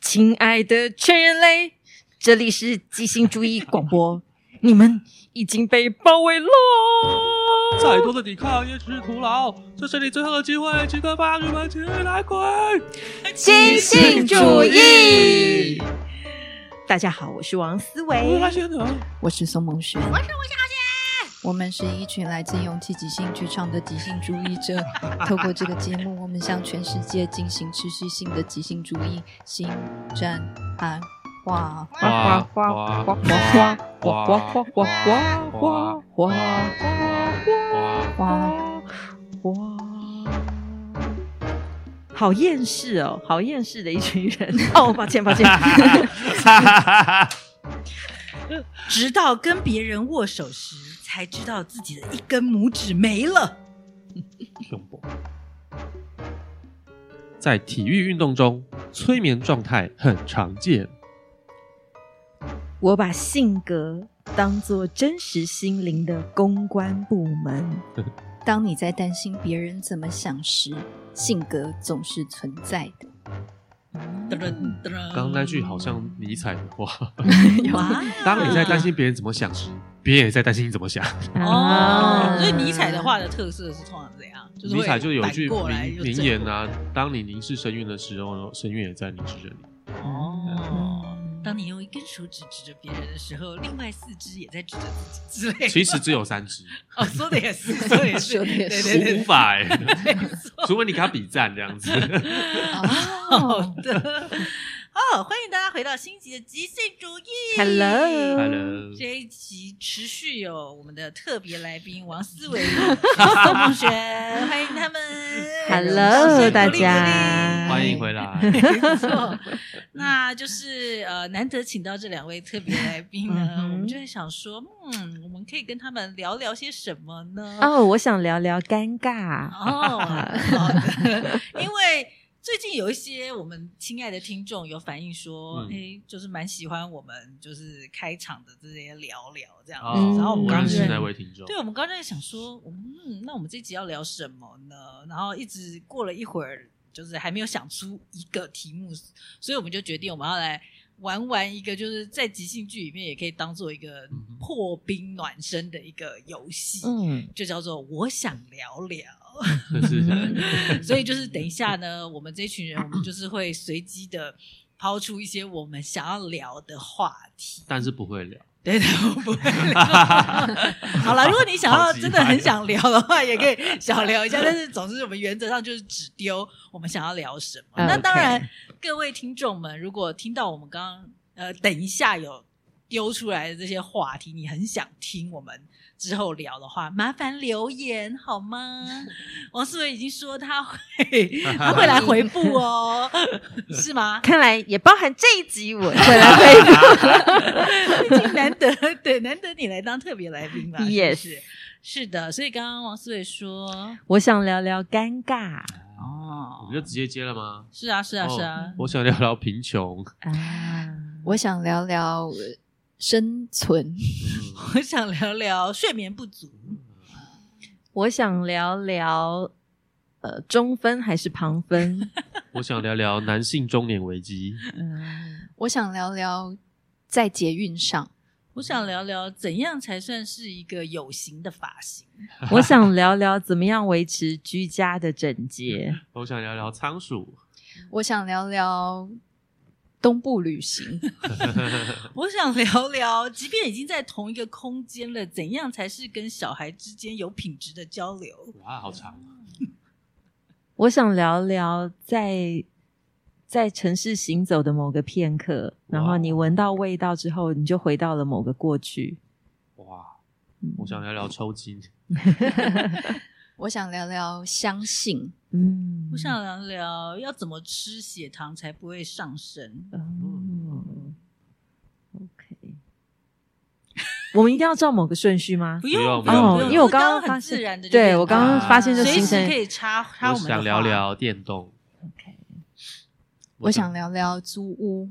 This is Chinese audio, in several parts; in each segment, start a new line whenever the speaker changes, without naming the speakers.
亲爱的全人类，这里是即兴主义广播，你们已经被包围喽！
再多的抵抗也只是徒劳，这是你最后的机会，请各帮你们起来滚！
即兴主义，大家好，我是王思维
我。来先生，
我是宋梦轩，我是吴小姐。我们是一群来自勇气即兴剧场的即兴主义 者。透过这个节目，我们向全世界进行持续性的即兴主义新战啊喊话。
哇哇哇哇哇哇哇哇哇哇
哇
哇！
哇哇！
好厌世哦，好厌世的一群人。 哦，抱歉，抱歉。
直到跟别人握手时，才知道自己的一根拇指没了。
胸部。在体育运动中，催眠状态很常见。
我把性格当作真实心灵的公关部门。
当你在担心别人怎么想时，性格总是存在的。
噔噔噔噔
刚刚那句好像尼采的话：
哇！
当你在担心别人怎么想时，别人也在担心你怎么想。
哦
啊，
所以尼采的话的特色是通常怎样？就是会
尼采就有一句
反过来
名
就
名
正
言啊：“当你凝视深渊的时候，深渊也在凝视着你。嗯
哦。当你用一根手指指着别人的时候，另外四只也在指着自己之类”的。
其实只有三只，
哦，说的也是，说的也是，
说的也是
对对
无
对
法哎、
对， 没错。
除非你给他比赞这 样子。
好的，哦，欢迎大家回到新集的即兴主义。
Hello
Hello，
这一集持续有我们的特别来宾王思维、宋梦璇，欢迎他们。
谢
，Hello，
谢
大
鼓励鼓励
家，
欢迎回来。
没错，那就是呃，难得请到这两位特别来宾呢，
嗯哼
我们就在想说，嗯，我们可以跟他们聊聊些什么呢？
哦，我想聊聊尴尬。
哦，好的，因为最近有一些我们亲爱的听众有反映说，
嗯
哎、就是蛮喜欢我们就是开场的这些聊聊这样子，
哦
嗯
然后我们
我
刚
认
刚
识
在
那位听众，
对，我们刚才想说，我们嗯，那我们这集要聊什么呢？然后一直过了一会儿，就是还没有想出一个题目，所以我们就决定我们要来玩玩一个，就是在即兴剧里面也可以当做一个
嗯哼
破冰暖身的一个游戏，
嗯，
就叫做“我想聊聊”。
就是
所以就是等一下呢，我们这群人，我们就是会随机的抛出一些我们想要聊的话题。
但是不会聊。
对的，我不会聊。好了，如果你想
好
要
急
真的很
迫
想聊的话，也可以小聊一下。但是总之，我们原则上就是只丢我们想要聊什么。那
OK
当然，各位听众们，如果听到我们刚刚呃等一下有丢出来的这些话题，你很想听我们之后聊的话，麻烦留言好吗？王思维已经说他会他会来回复哦， 是吗？
看来也包含这一集我回来会
毕竟难得， 对，难得你来当特别来 宾嘛
Yes
是不是是的，所以刚刚王思伟说，
我想聊聊尴 尬
我
哦
们就直接接了吗？
是啊，是啊，是啊
哦，我想聊聊贫穷。
啊，
我想聊聊呃生存。
嗯
我想聊聊睡眠不足，
我想聊聊呃中分还是旁分？
我想聊聊男性中年危机。
嗯
我想聊聊在捷运上。
我想聊聊怎样才算是一个有型的发型。
我想聊聊怎么样维持居家的整洁。
我想聊聊仓鼠。
我想聊聊东部旅行，
我想聊聊，即便已经在同一个空间了，怎样才是跟小孩之间有品质的交流？
哇，好长啊！
我想聊聊在在城市行走的某个片刻，然后
哇哦
你闻到味道之后，你就回到了某个过去。
哇，
嗯
我想聊聊抽筋。
我想聊聊相信，
嗯
我想聊聊要怎么吃血糖才不会上升。嗯
哦，OK，我们一定要照某个顺序吗
不？
用
用
不用
不
不用
用这
因为
哦我刚刚发
很自
现
然的，
对我刚
刚发现就
啊随
形
时
成
可以插插
我
我们的
想聊
话
聊电动。
我想聊聊租屋，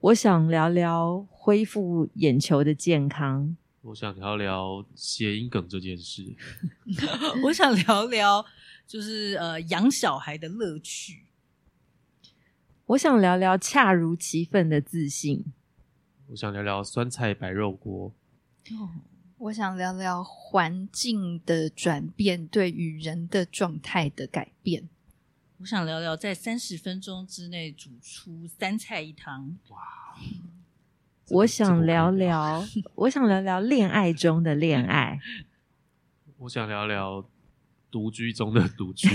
我想聊聊恢复眼球的健康。
我想聊聊谐音梗这件事。
我想聊聊，就是呃，养小孩的乐趣。
我想聊聊恰如其分的自信。
我想聊聊酸菜白肉锅。
我想聊聊环境的转变对于人的状态的改变。
我想聊聊在三十分钟之内煮出三菜一汤。
这个
我想聊。
这个我可以
聊， 我想聊聊恋爱中的恋 爱。
我想聊聊独居中的独 居。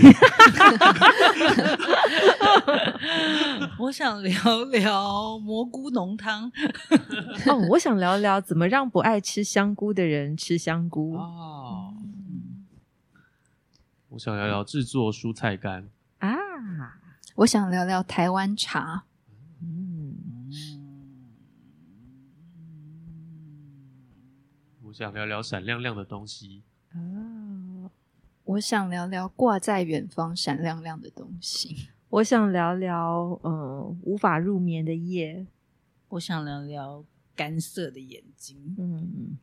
我想聊聊蘑菇浓汤。
哦，我想聊聊怎么让不爱吃香菇的人吃香菇。
哦，我想聊聊制作蔬菜干。
啊，
我想聊聊台湾茶，
嗯，
我想聊聊闪亮亮的 东西。
哦，
我想聊聊挂在远方闪亮亮的东西。
我想聊聊，呃，无法入眠的夜。
我想聊聊干涩的眼睛。
嗯，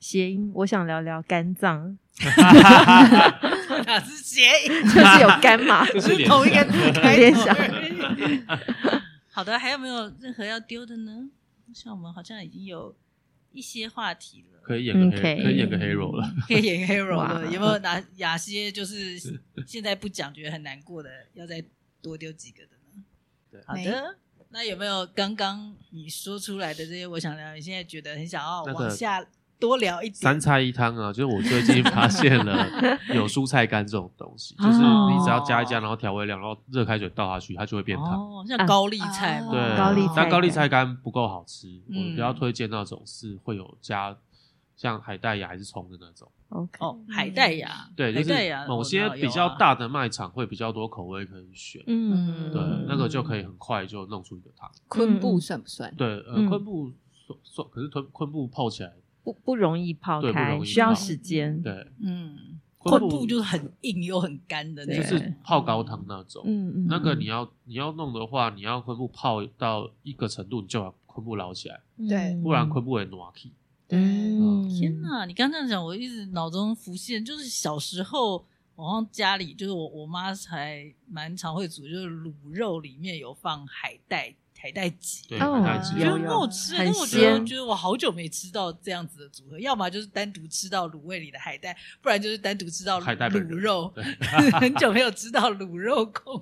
谐音，我想聊聊肝脏，
哪是谐音？啊
就是有肝嘛。
这是
同一个字开
联
头
想
而已。好的，还有没有任何要丢的呢？我想我们好像已经有一些话题了。
可以演个黑，
嗯可以
可以演个 hero 了。
可以演 hero
哇
的，有没有哪哪些就是现在不讲觉得很难过的，要再多丢几个的呢？
对
好的，那有没有刚刚你说出来的这些，我想聊，你现在觉得很想要
那个
往下多聊一点
三？菜一汤啊，就是我最近发现了有蔬菜干这种东西，就是
哦
你只要加一加，然后调味料，然后热开水倒下去，它就会变汤。
哦，像高哦丽菜嘛，
对，
高丽菜
但高丽菜干不够好吃，我
嗯
比较推荐那种是会有加像海带芽还是葱的那种。
OK，
哦，海带芽，
对，
海
就是
带芽，
某
我
些
知道
比较，
有啊
大的卖场会比较多口味可以选，
嗯，
对
嗯，
那个就可以很快就弄出一个汤。
昆布算 不算？
对，呃
嗯，
昆布算算，可是昆昆布泡起来，
不不容易泡
对不
开，
容易
需要
泡
时间。
对，
嗯，
昆
昆
布
布就是很硬又很干的那
就
种，
是泡高汤那种。
嗯嗯，
那个你
要
要你要弄的话，你要昆布泡到一个程度，你就把昆布捞起来，
对
不然昆布会暖气。
嗯，
天哪！你刚这样讲，我一直脑中浮现，就是小时候，我好像家里就是我我妈还蛮常会煮，就是卤肉里面有放海带海带
对，
结，
哦
海带汁
我觉
有
得
有
很好吃。
很
但我觉得
鲜
我觉得我好久没吃到这样子的组合，要么就是单独吃到卤味里的海带，不然就是单独吃到
海带
卤
本人
肉。
对
很久没有吃到卤肉控，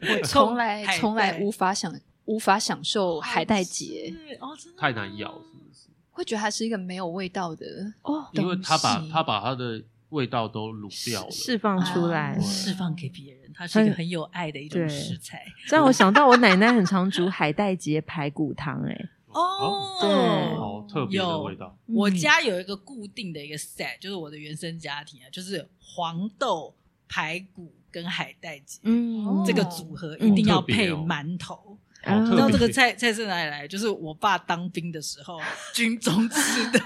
我从来
海带
从来无法享无法享受海带节，
是哦，真的
太难咬，
吗
是不是？
会觉得它是一个没有味道的
哦，
因为它把
东西
它把它的味道都卤掉了。
释放出来
啊。
释放给别人，它是一个很有爱的一种
对
食材。
这让我想到我奶奶很常煮海带节排骨汤，哎，
哦，
对
好特别的
有
味道。
我
嗯
家有一个固定的一个 set，就是我的原生家庭啊，就是黄豆、排骨跟海带节、
嗯
这个
哦
组合
嗯
一定要
好特别
配
哦
馒头。
好
嗯
特
你知道这个
别
菜菜是哪里来？就是我爸当兵的时候军中吃的，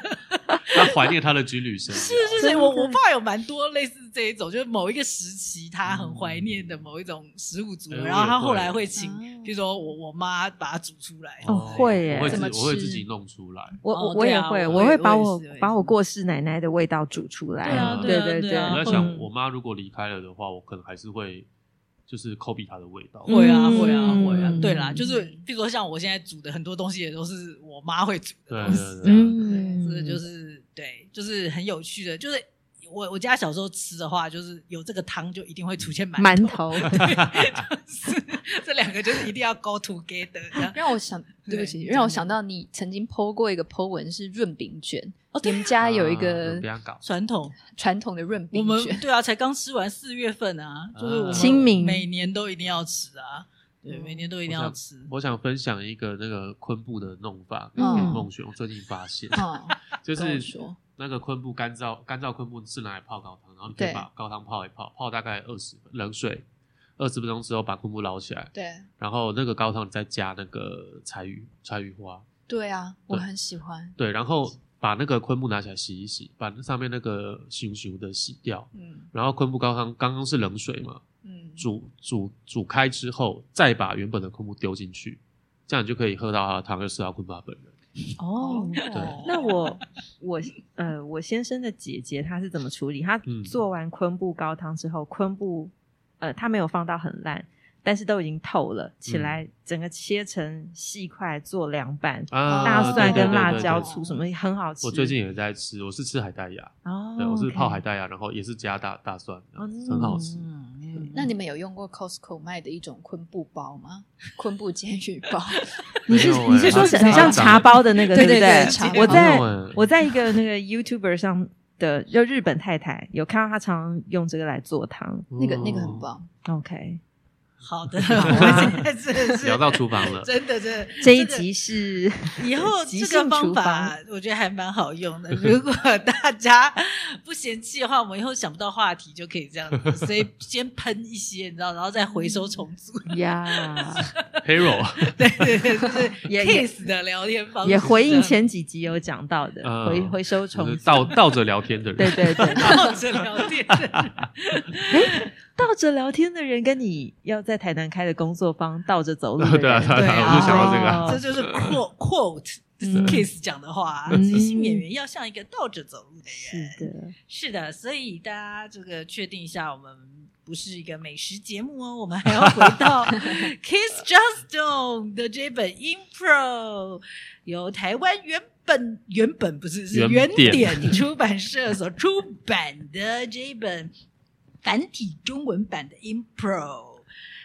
他怀念他的军旅生
是
涯，
是
真
是，
的
我我爸有蛮多类似这一种，就是某一个时期他很怀念的某一种食物组合，
嗯哎我也
然后他后
会
来会请，比
哦
如说我我妈把它煮出来。
哦会耶
我会自
怎么
我会
吃
自己弄出来。
我
哦
我我
对
也
啊
会，
我
我
也
会把
我也
我
是我也
把
是
我过世奶奶的味道煮出
对
来
啊。
对
对
啊
对啊
对，嗯
我在
会
想，我妈如果离开了的话，我可能还是会就是抠鼻她的味道。
会啊，
嗯
会啊，会啊
嗯。
对啦，就是比如说像我现在煮的很多东西也都是我妈会煮
对
的东西，
对对，
嗯，
啊这就是对，就是很有趣的。就是我我家小时候吃的话，就是有这个汤就一定会出现馒
馒
头，
头，
是这两个就是一定要 go together 这样。
让我想，对不起，
对
让我
真的
想到你曾经 PO 过一个 PO 文是润饼卷，
哦对
你
啊
们家有一
啊
个
不要搞，
传统，
传统的润
我
饼
们
卷，
对啊，才刚吃完四月份啊，就是我们
清明
每年都一定要吃啊，对，
嗯
每年都一定要吃。
哦我想分享一个那个昆布的弄法给
嗯
梦璇，我最近发现，
嗯，
就
跟我
是
说
那个昆布干燥干燥昆布是拿来泡高汤，然后你可以
对
把高汤泡一泡，泡大概二十冷水，二十分钟之后把昆布捞起来，
对
然后那个高汤你再加那个柴鱼柴鱼花，
对啊，我
对
很喜欢，
对，然后把那个昆布拿起来洗一洗，把那上面那个熊熊的洗掉，
嗯
然后昆布高汤刚刚是冷水嘛，
嗯，
煮煮煮开之后，再把原本的昆布丢进去，这样你就可以喝到它的汤，又吃到昆布它本人。
哦
对
那我我呃，我先生的姐姐她是怎么处理？她
嗯
做完昆布高汤之后，昆布呃，她没有放到很烂，但是都已经透了起
嗯
来，整个切成细块做凉拌，
啊，
大蒜
对
跟辣椒
对对对对
醋什么很好吃。
我最近也在吃，我是吃海带芽，
哦，
对，我是泡海
OK
带啊芽，然后也是加大大蒜，
哦
很好吃。
嗯
那你们有用过 Costco 卖的一种昆布包吗？昆布煎鱼 包，
你是
没有欸
你是说
它
是
长
很像
得
茶包的那个，
对
不
对
对
对茶？
我
包
在
没有欸
我在一个那个 YouTuber 上的，就日本太太有看到她常用这个来做汤。
那个那个很
棒。
棒。
OK，
好 的，我们现在真的是
聊到厨房 了，
真的真的
这一
个
集是
以后
即
这个
兴
方
厨
法
房，
我觉得还蛮好用 的。如果大家不嫌弃的话，我们以后想不到话题就可以这样 子，所以先喷一些，你知道，然后再回收
嗯
重组。
呀，
hero，
对对对，就是
也也
case 的聊天方式，
也回应前几集有讲到的，
嗯
回回收重
就是
组
倒倒着聊天的人，
对对 对，
倒着聊天。
倒着聊天的人跟你要在台南开的工作坊倒着走路的人，
对 啊对
啊我就想
到这个
哦
这就是 quote quote
嗯
case 讲的话啊，
嗯
即兴演员要像一个倒着走路的
是
人。
的，
是的，所以大家这个确定一下，我们不是一个美食节目哦，我们还要回到 Kiss Justin 的这本 Impro，由台湾原本原本不是是原
原点
点出版社所出版的这一本繁体中文版的 Impro，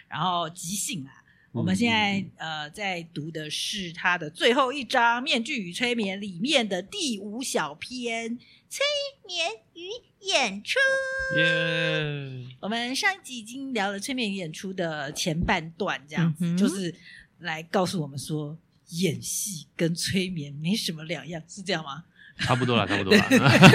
然后即兴啊。我
嗯
们现在呃在读的是他的最后一章《面具与催眠》里面的第五小篇《催眠与演出》。
耶，
我们上一集已经聊了催眠与演出的前半段，这样子、
嗯哼
就是来告诉我们说，演戏跟催眠没什么两样，是这样吗？
差不多了，差不多了。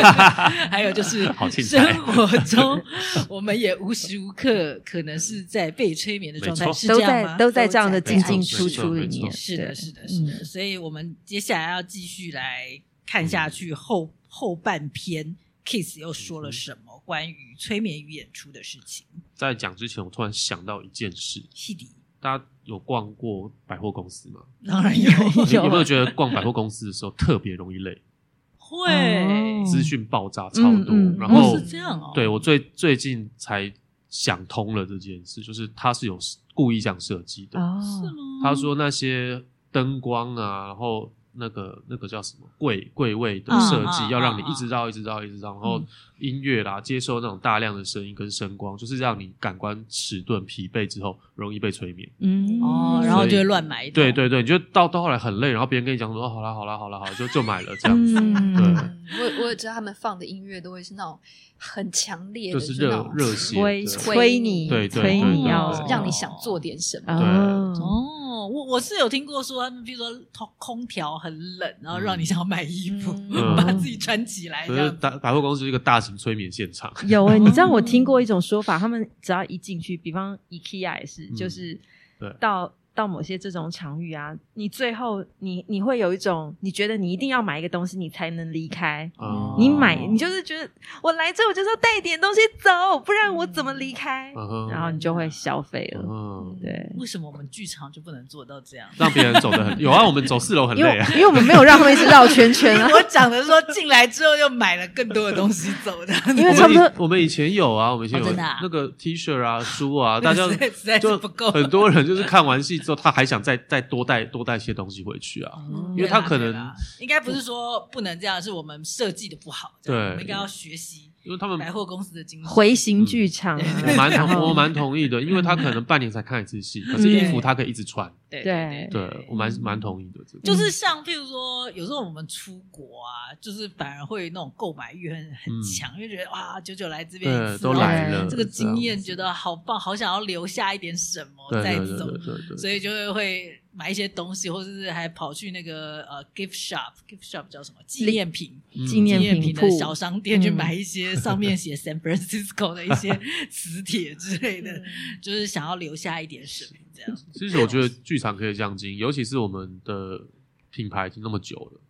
还有就是
啊好精彩
生活中，我们也无时无刻可能是在被催眠的状态，
没错
是
都
这样
在
吗？
都在这样的
都在
进进
没
出
错
出里
没错
面，
是的，
对
是的，是的。所以我们接下来要继续来看下去后后半篇，Kiss 又说了什么关于催眠与演出的事情？
在讲之前，我突然想到一件事，
戏底
大家有逛过百货公司吗？
当然有，
你有没有觉得逛百货公司的时候特别容易累，
会
哦
资讯爆炸超多
嗯嗯？
然
哦
后
是这样哦，
对我最最近才想通了这件事，就是他是有故意这样设计的。
哦，
是吗？
他说那些灯光啊，然后那个那个叫什么柜柜位的设计，
嗯嗯
要让你
嗯嗯
一直绕一直绕一直绕，然后音乐啦，接受那种大量的声音跟声光，就是让你感官迟钝、疲惫之后容易被催眠。
嗯
哦，然后就
所以
会乱买一通，
对对对，你就到到后来很累，然后别人跟你讲说，哦，好啦好啦好啦好啦，就就买了这样子。
嗯
对，
我我也知道他们放的音乐都会是那种很强烈的，
就是
那
热
种
热血
催
的
催你，
对对
催
对
你
对
要
对
让你想做点什么。
哦，
哦，我我是有听过说，他们比如说空空调很冷，然后让你想要买衣服，
嗯
把自己穿起来
可是
这样子。
百百货公司是一个大型催眠现场，
有哎、你知道我听过一种说法，他们只要一进去，比方 IKEA 也是，
嗯
就是
对
到到某些这种场域啊，你最后你你会有一种你觉得你一定要买一个东西，你才能离开。
嗯
你买，你就是觉得我来这，我就是要带一点东西走，不然我怎么离开？
嗯哼
然后你就会消费了。
嗯，
对，
为什么我们剧场就不能做到这样？，
让别人走的很有啊，我们走四楼很
因为
累啊，
因为我们没有让他们一直绕圈圈 啊
我讲的说进来之后又买了更多的东西走的，
因为差不
我们
多
以我们以前有啊，我们以前
哦
有
真的啊
那个 T 恤啊、书 啊，大家
实在实在是
就
不够
很多人就是看完戏之后，他还想再再多带多带些东西回去啊。
嗯
因为他可能
对啦应该不是说不能这样，是我们设计的不好。这样
对
我们应该要学习
因为他们
百货公司的精神。
回形剧场啊，
我 蛮
然
同
后
我蛮同意的，因为他可能半年才看一次戏，可是衣服他可以一直穿。
嗯对
对
对我蛮蛮同意的，这个
就是像譬如说，有时候我们出国啊，就是反而会那种购买欲很很强，因为觉得哇，久久嗯来这边一
对啊
次，
都
然后
来了，
这个经
样
验觉得好棒，好想要留下一点什么
对
再
对对
走，
对对
所
对。
以就会会买一些东西，或者是还跑去那个呃 gift shop，gift shop 叫什么纪念品。
嗯
纪念
纪念
品
品
铺
的小商店
嗯
去买一些上面 写 San Francisco 的一些磁铁之类
嗯
嗯
的，就是想要留下一点什么这样。
其实我觉得剧场可以这样经营，尤其是我们的品牌已经那么久了，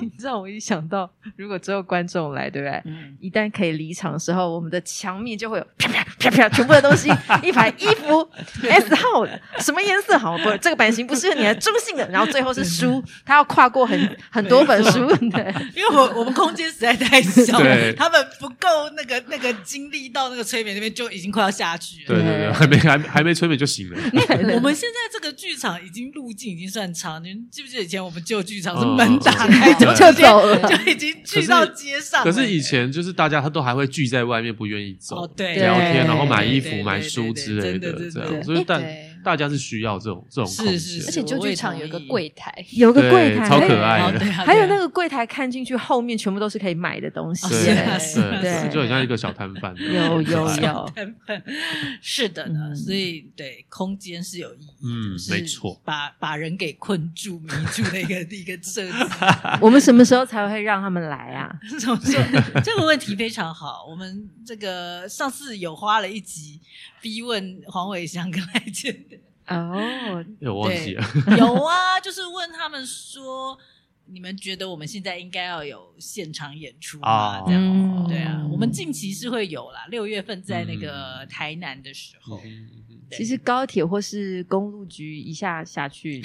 你知道我一想到，如果只有观众来，对不对？
嗯，
一旦可以离场的时候，我们的墙面就会有 啪啪啪啪，全部的东西，一排衣服 S 号什么颜色好不？这个版型不适合你，中性的。然后最后是书，他要跨过很很多本书，对，
因为我我们空间实在太小了
对，
他们不够那个那个精力到那个催眠那边就已经快要下去了。
对对对，还没还没还没催眠就醒了，
我们现在这个剧场已经路径已经算长，你们记不记得以前我们旧剧场是
嗯
门打 开就
对
就
直接
走了。
就已经聚到街上了
啊可是以前就是大家他都还会聚在外面，不愿意走，
哦对
聊天，然后买衣
对对
服、买
对
书
对
之类
真的真的
这
对
样，所以大
对
大家是需要这种这种
是
空
而
是
间。
是
且旧
我也
剧场
同
有一个
意
柜台，
有个
对
柜台，
超
还有
可爱
哦
的
对啊，
还有
对啊
那个柜台看进去，后面全部都是可以买的东西。
哦是
对
啊 是啊
对
对
就很像一个小摊贩。
有有
对
有，
是的呢，
嗯
所以对空间是有意义的，
嗯
是
没错，
把把人给困住、迷住的一 个一个设计。
我们什么时候才会让他们来啊？
怎么说？这个问题非常好，我们这个上次有花了一集逼问黄伟翔跟赖健 的，
哦，
哎 我忘记了，
有啊，就是问他们说。你们觉得我们现在应该要有现场演出吗？
哦
这样
嗯
对啊，我们近期是会有啦，六月份在那个台南的时候，对
其实高铁或是公路局一下下去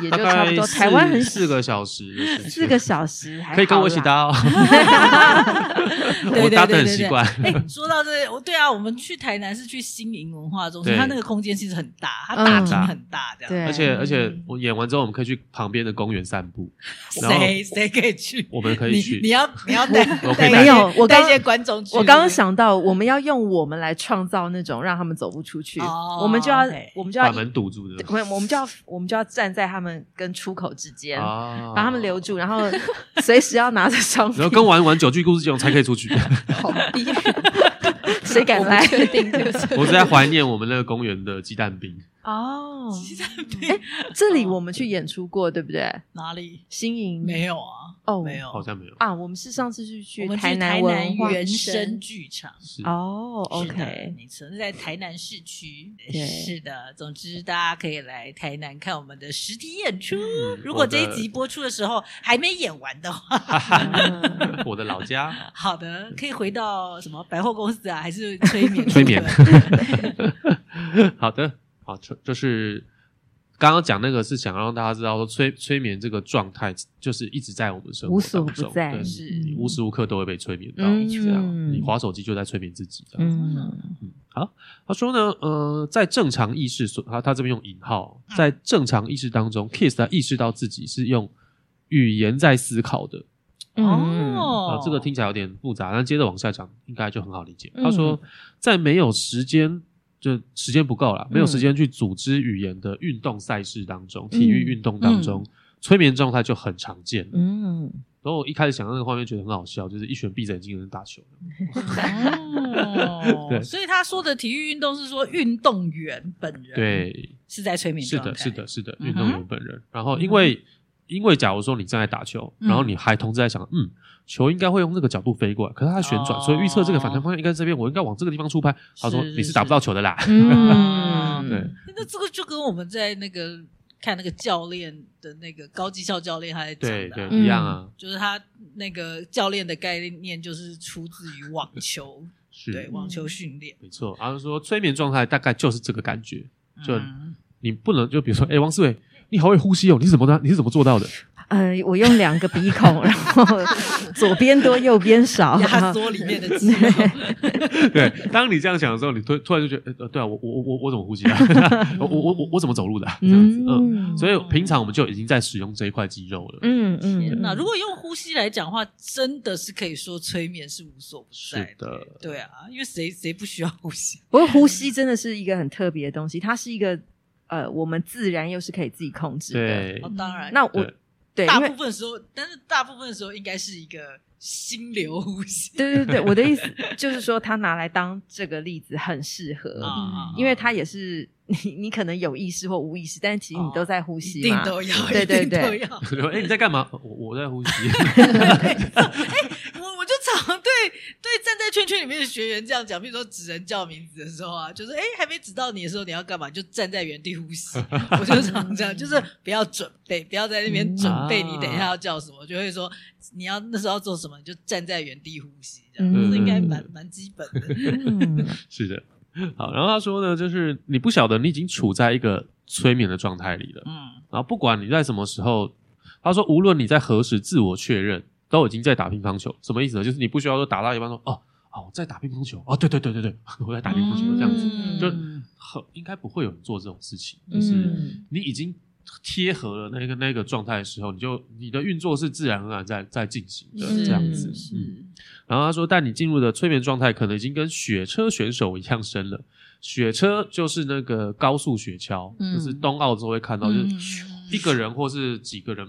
也
大
就差
概
不多。
四
台湾很
四个小时的时间，
四个小时，还
可以跟我一起
好啦。
搭哦，
对
我搭的
对对
很
对
习 惯。
哎、说到这，我对啊，我们去台南是去新营文化中心，
对
它那个空间其实很大，它大厅
嗯
很大，这样。
对，
而且而且
嗯，
我演完之后，我们可以去旁边的公园散步，然后
谁谁可以去？
我 们可以
你
去
你。要你要带
我我可
带
以
一些
没有我
带一
刚
些观众去。
我刚刚想到，我们要用我们来创造那种让他们走不出去，
哦
我们就要
OK
我们就要
把门堵住的
对我们就要我们就要站在他们跟出口之间，
啊
把他们留住，然后随时要拿着商品
然后，跟玩完九句故事这种才可以出去。
好逼人，
谁敢
我不
来
确定 对不对？
我是在怀念我们那个公园的鸡蛋饼，
哦。
对
这里我们去演出过，对不对？
哪里
新营
没有啊？
哦，
没有，
好像没有。
啊，我们是上次是去
我们去
台南文
南
化
原生剧场。
是
哦
是的
，OK，
没错，是在台南市区。
对
是的，总之大家可以来台南看我们的实体演出。
嗯
如果这
我
一
的
集播出的时候还没演完的话，
嗯
我的老家，
好的，可以回到什么百货公司啊，还是催眠？
催眠好的，好，就就是刚刚讲那个是想让大家知道说催催眠这个状态就是一直在我们生活
无所
当
不
中
在
对
是
你无时无刻都会被催眠到，
嗯
这样你划手机就在催眠自己。这样
嗯，
他说呢，呃，在正常意识所，他他这边用引号，
嗯
在正常意识当中，Kiss 他意识到自己是用语言在思考的，
哦，
啊、
哦
这个听起来有点复杂，但接着往下讲应该就很好理解。
嗯
他说，在没有时间，就时间不够了，没
嗯
有时间去组织语言的运动赛事当中，体育运动当中，催眠状态就很常见。
嗯，
然后我一开始想到那个画面，觉得很好笑，就是一拳闭着眼睛跟人打球。
哦，
对
所以他说的体育运动是说运动员本人
对，
是在催眠
是
状
的，
态，
是的，，是的，
嗯哼
运动员本人。然后因为、因为假如说你正在打球，
嗯
然后你还同时在想，嗯，球应该会用这个角度飞过来，可是它旋转，
哦
所以预测这个反弹方向应该是这边，我应该往这个地方出拍。他说
是是
你是打不到球的啦。
嗯，
对，
那这个就跟我们在那个看那个教练的那个高绩效教练他在讲
对
的
对
啊、，
嗯
一样啊，
就是他那个教练的概念就是出自于网球，对
是
网球训练，
没错。然后说催眠状态大概就是这个感觉，就
嗯
你不能就比如说，哎，王思伟，你好会呼吸哦，你是怎么的？你是怎么做到 的？
呃，我用两个鼻孔，然后左边多，右边少，
压缩里 面的肌肉，
对，当你这样想的时候，你突突然就觉得，呃呃，对啊，我我我我怎么呼吸啊？ 我我我我怎么走路的啊？这样子，嗯。
嗯
所以平常我们就已经在使用这一块肌肉了。
嗯
天
嗯，
哪！如果用呼吸来讲话，真的是可以说催眠是无所不在
是。的，
对啊，因为谁谁不需要呼吸？
不过呼吸真的是一个很特别的东西，它是一个呃，我们自然又是可以自己控制的。
对
哦，当然，
嗯那我
对
对，
大
因为
部分时候，但是大部分时候应该是一个心流呼吸
对对对，我的意思就是说，它拿来当这个例子很适合，
啊啊，啊
因为它也是你你可能有意识或无意识，但是其实你都在呼
一
吸
定
嘛。
都要，
对对
一定都
对
要。
哎、你在干嘛？我我在呼吸。
我我就常好像对对站在圈圈里面的学员这样讲，比如说指人叫名字的时候啊，就是哎还没指到你的时候，你要干嘛？你就站在原地呼吸。我就常这样，就是不要准备，不要在那边准备
嗯
你等一下要叫什么，我就会说你要那时候要做什么，你就站在原地呼吸，这
嗯
样这应该蛮蛮基本的。
嗯，
是的。好，然后他说呢，就是你不晓得你已经处在一个催眠的状态里了，
嗯，
然后不管你在什么时候，他说无论你在何时自我确认，都已经在打乒乓球。什么意思呢？就是你不需要说打到一半说哦哦我在打乒乓球哦，对对对对对， 我在 打乒乓球这样子，
嗯
就很应该不会有人做这种事情。就是
嗯
你已经贴合了那个那个状态的时候，你就你的运作是自然而然在在进行的
是
这样子。
是
嗯然后他说，但你进入的催眠状态可能已经跟雪车选手一样深了。雪车就是那个高速雪橇，
嗯
就是冬奥之后会看到，就是
嗯
一个人或是几个人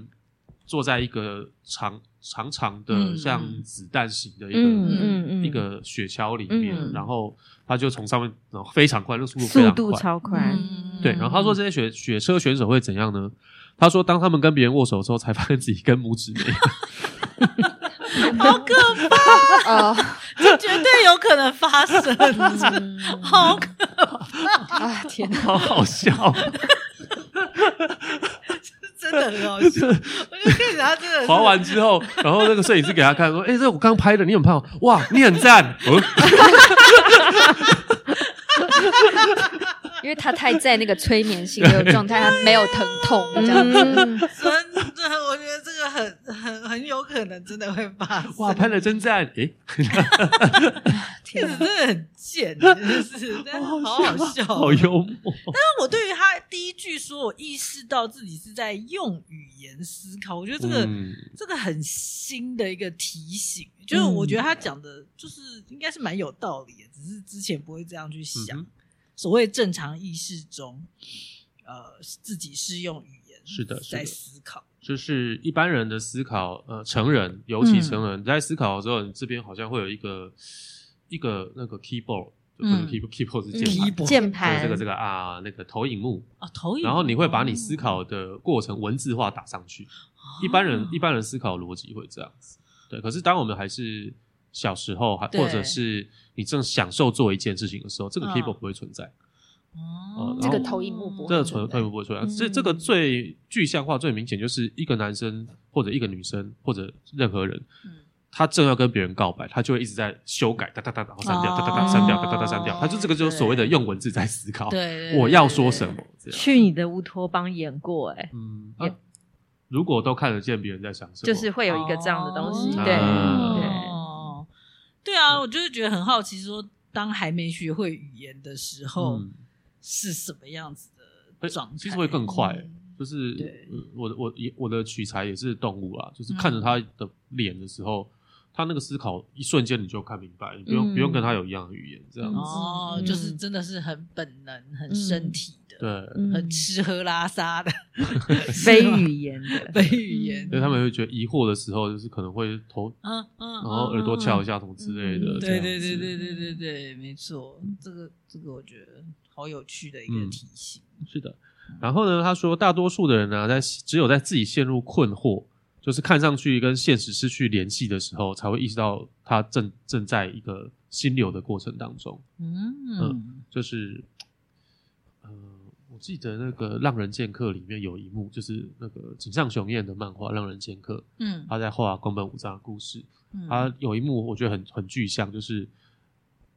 坐在一个长长长的
嗯
像子弹型的一个、
嗯嗯嗯，
一个雪橇里面，
嗯
然后他就从上面，然后非常快，那个速度非
速
常
度
快，
超快，
嗯
对。然后他说这些雪雪车选手会怎样呢？他说，当他们跟别人握手的时候，才发现自己跟拇指 没有。
好可
哦，
这绝对有可能发生，好可
啊天哪，
好好笑，
真的很好笑。我就看起来他真的 是
滑完之后，然后那个摄影师给他看说：“哎、这我刚拍的，你很胖，哇，你很赞。 哦
因为他太在那个催眠性的状态，他没有疼痛这样子。
嗯
真的，我觉得这个很很很有可能真的会发生。
哇，拍的真赞。哎、
骗子真的很贱，欸真 的是，但是好好笑。哦
好幽默。
但我对于他第一句说，我意识到自己是在用语言思考，我觉得 这个、
嗯
这个很新的一个提醒，就是我觉得他
嗯
讲的，就是应该是蛮有道理的，只是之前不会这样去想。
嗯哼
所谓正常意识中，呃，自己是用语言
是的是的
在思考，
就是一般人的思考，呃，成人，尤其
嗯
成人、在思考的时候，你这边好像会有一个一个那个 keyboard，就不
嗯
是 keyboard、keyboard 是键盘。
keyboard
键
对
盘
这个这个啊，那个投影幕，
哦，投影，哦
然后你会把你思考的过程文字化打上去。一般
哦
人一般人思考的逻辑会这样子，对。可是当我们还是小时候，还
对
或者是你正享受做一件事情的时候，这个
嗯
keyboard 不会存在，
哦，
这个
投影幕不
呃这
会
个
存
存
在
会不会存在？这
嗯
这个最具象化、最明显就是一个男生或者一个女生或者任何人
嗯。
他正要跟别人告白，他就会一直在修改，哒哒哒，然后删掉，哒哒哒，
哦
删掉，哒哒哒，删掉。他就这个就是所谓的用文字在思考，
对，对
我要说什？么？这样，
去你的乌托邦演过哎、
嗯，啊如果都看得见别人在想什么，
就是会有一个这样的东西，
哦
对、
啊
哦对啊，我就是觉得很好奇说当还没学会语言的时候、
嗯
是什么样子的
会
状态，
其实会更快
嗯
就是
对嗯
呃我的我也我的取材也是动物啊，就是看着他的脸的时候，他那个思考一瞬间你就看明白，你不用、
嗯
不用跟他有一样的语言这样子。
哦，
嗯
就是真的是很本能、很身体的，
对，
嗯
很吃喝拉撒的
哎啊
非语言的，
非语言
因，为他们会觉得疑惑的时候，就是可能会头，
嗯嗯，
然
然
后耳朵翘一，下什么之类的。
嗯
哦这
对
样子
对对对对对对，没错，这个这个我觉得好有趣的一个
嗯
提醒，
是的。然后呢，他说，大多数的人呢、在只有在自己陷入困惑，就是看上去跟现实失去联系的时候，才会意识到他正正在一个心流的过程当中。
嗯
就是，呃，我记得那个《浪人剑客》里面有一幕，就是那个井上雄彦的漫画《浪人剑客》，
嗯
他在画宫本武藏的故事。
嗯
他有一幕我觉得很很具象，就是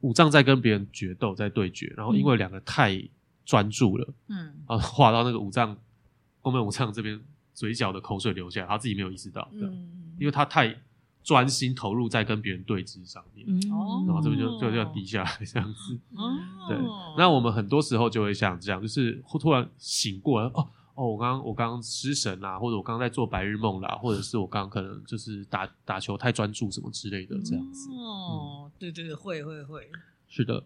武藏在跟别人决斗，在对决，然后因为两个太专注了，
嗯
然后画到那个武藏宫本武藏这边嘴角的口水流下来，他自己没有意识到，这样
嗯
因为他太专心投入在跟别人对峙上面，
嗯
哦
然后这边就就就要
哦
低下来这样子。
哦
对，那我们很多时候就会像这样，就是忽突然醒过来，哦哦，我刚刚我刚刚失神啦、或者我刚刚在做白日梦啦，或者是我刚刚可能就是打打球太专注什么之类的，这样子。嗯
哦，对对对，会会会，
是的，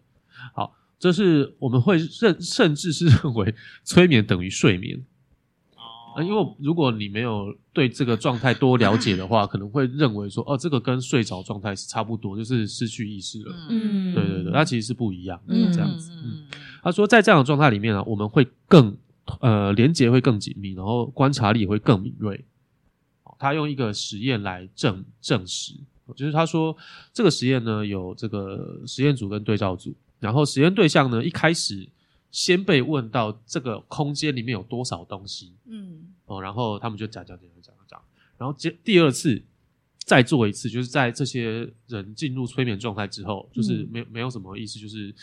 好，这是我们会认，甚至是认为催眠等于睡眠，
哦
啊，因为如果你没有对这个状态多了解的话，可能会认为说，哦，这个跟睡着状态是差不多，就是失去意识了。
嗯
对对对，那其实是不一样的，
嗯
这样子。嗯
嗯
他说，在这样的状态里面呢、啊我们会更呃连接会更紧密，然后观察力也会更敏锐。哦他用一个实验来证证实，就是他说这个实验呢有这个实验组跟对照组，然后实验对象呢一开始先被问到这个空间里面有多少东西
嗯，
哦，然后他们就讲讲讲讲讲讲，然后接第二次再做一次，就是在这些人进入催眠状态之后，就是
嗯
没有没有什么意思，就是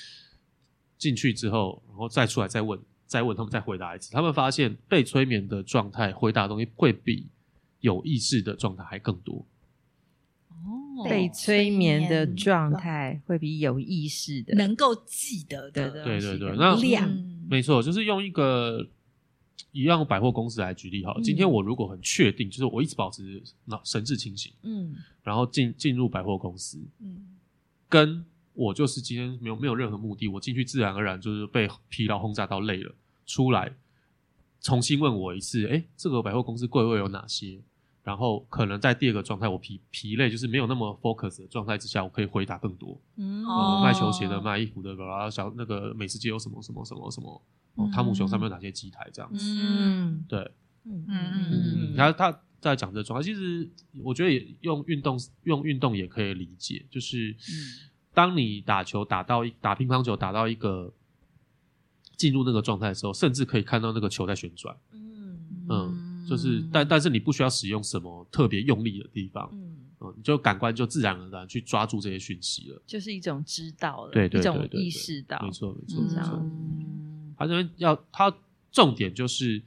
进去之后，然后再出来再问再问他们再回答一次，他们发现被催眠的状态回答的东西会比有意识的状态还更多。
哦
被
对
催眠嗯的
催眠
状态会比有意识的
能够记得的
对
东
对
西
对对
的
那
量，
嗯
没错，就是用一个一样百货公司来举例好了。
嗯
今天我如果很确定，就是我一直保持脑神志清醒，
嗯，
然后进进入百货公司，
嗯
跟我就是今天没有没有任何目的，我进去自然而然就是被疲劳轰炸到累了，出来重新问我一次，哎，这个百货公司柜位有哪些？然后可能在第二个状态，我疲疲累，就是没有那么 focus 的状态之下，我可以回答更多。
嗯
哦
哦，
卖球鞋的、卖衣服的，然后小那个美食街有什么什么什么什么，哦，汤姆熊上面有哪些机台这样子。
嗯
对，
嗯
嗯
嗯，他他在讲这状态，其实我觉得也用运动用运动也可以理解，就是当你打球打到一打乒乓球打到一个进入那个状态的时候，甚至可以看到那个球在旋转，
嗯
嗯，就是但但是你不需要使用什么特别用力的地方，
嗯，
嗯，你就感官就自然而然去抓住这些讯息了，
就是一种知道了，
对对
一
对
种
对
意
对
识到
没，错没错
嗯
没
这
错
样。嗯
他这边要他重点就是，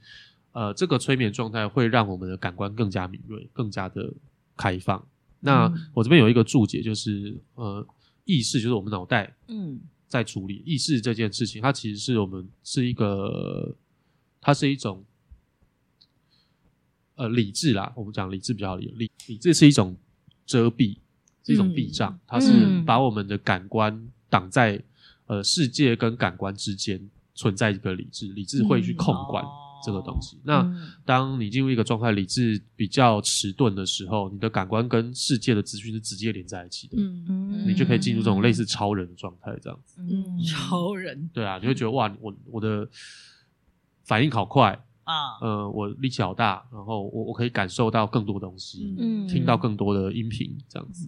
呃，这个催眠状态会让我们的感官更加敏锐，更加的开放。那、我这边有一个注解，就是呃，意识就是我们脑袋
嗯
在处理意识这件事情，它其实是我们是一个，它是一种呃理智啦，我们讲理智比较好理理理智是一种遮蔽，是一种
嗯
避障，它是把我们的感官挡在呃世界跟感官之间存在一个理智，理智会去控管
嗯哦
这个东西。那、
嗯
当你进入一个状态，理智比较迟钝的时候，你的感官跟世界的资讯是直接连在一起的，
嗯
嗯
你就可以进入这种类似超人的状态，这样子。
嗯
超人
对啊，你会觉得哇，我我的反应好快，
啊，
呃，我力气好大，然后我我可以感受到更多东西，
嗯
听到更多的音频，这样子。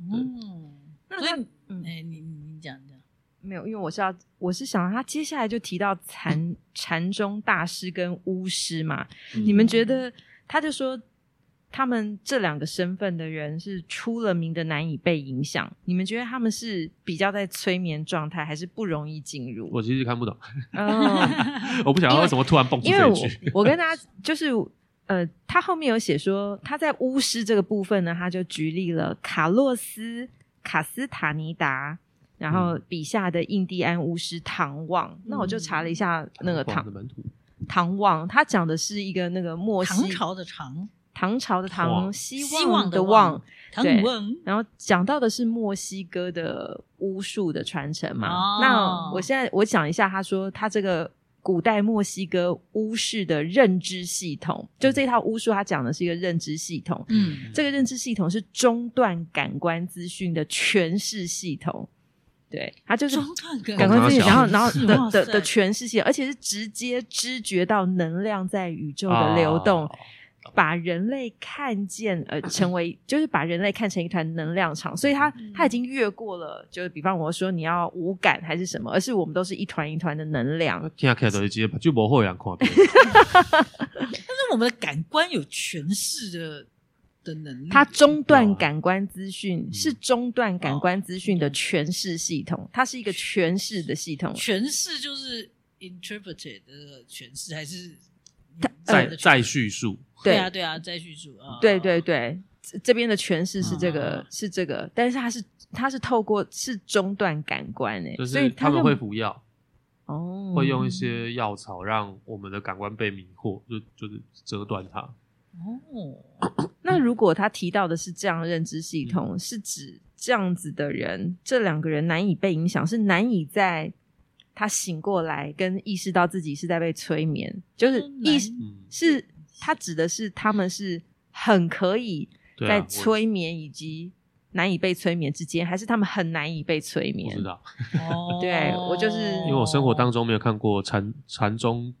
嗯，所以
嗯
哎，你你你讲讲，
没有，因为我是要，我是想他接下来就提到禅禅宗大师跟巫师嘛，你们觉得他就说他们这两个身份的人是出了名的难以被影响，你们觉得他们是比较在催眠状态，还是不容易进入？
嗯我其实看不懂，
哦，
我不想
因
要
为
为什么突然蹦出
因为
这一
我
句。
我跟大家就是呃，他后面有写说他在巫师这个部分呢，他就举例了卡洛斯、卡斯塔尼达。然
嗯
后笔下的印第安巫师唐望，那
嗯
我就查了一下那个唐
的门徒，
唐望，他讲的是一个那个墨
唐
西
朝的唐，
唐朝的唐，
望
希
希
望
望
的
的
望
望，唐
对
嗯
文
然后讲到的是墨西哥的巫术的传承嘛。
哦
那我现在我讲一下，他说他这个古代墨西哥巫师的认知系统，就这套巫术，他讲的是一个认知系统。
嗯
这个 认知系统是中断感官资讯的诠释系统，对，它就是
中断 感
感官
自
资
己
讯，然
小
后然后
是哇
的的
塞
的诠释系统，而且是直接知觉到能量在宇宙的流动，
啊
把人类看见，呃，成为就是把人类看成一团能量场，所以它
嗯
它已经越过了，就是比方我说你要无感还是什么，而是我们都是一团一团的能
嗯
量，
听起来就是直接把就不会人 看到。
那我们的感官有诠释的的能力，
它中断
有啊
感官资讯
嗯
是中断感官资讯的诠释系统，它是一个诠释的系统，
诠释就是 interpreted 的诠释，还是
再
的诠释
再叙述，
对啊对啊再叙述啊，
对对对，这这边的诠释是这个、
嗯
是这个，但是它是它是透过是中断感官哎、
就
所以
是
它
他们
就
会服药，
哦
会用一些药草让我们的感官被迷惑，就就是折断它。
哦，
那如果他提到的是这样的认知系统，
嗯
是指这样子的人，这两个人难以被影响，是难以在他醒过来跟意识到自己是在被催眠，就是
都难
意识
嗯，
是他指的是他们是很可以
对啊
在催眠以及难以被催眠之间，还是他们很难以被催
我
眠
不知？道，
哦
对我就是
因为我生活当中没有看过禅禅宗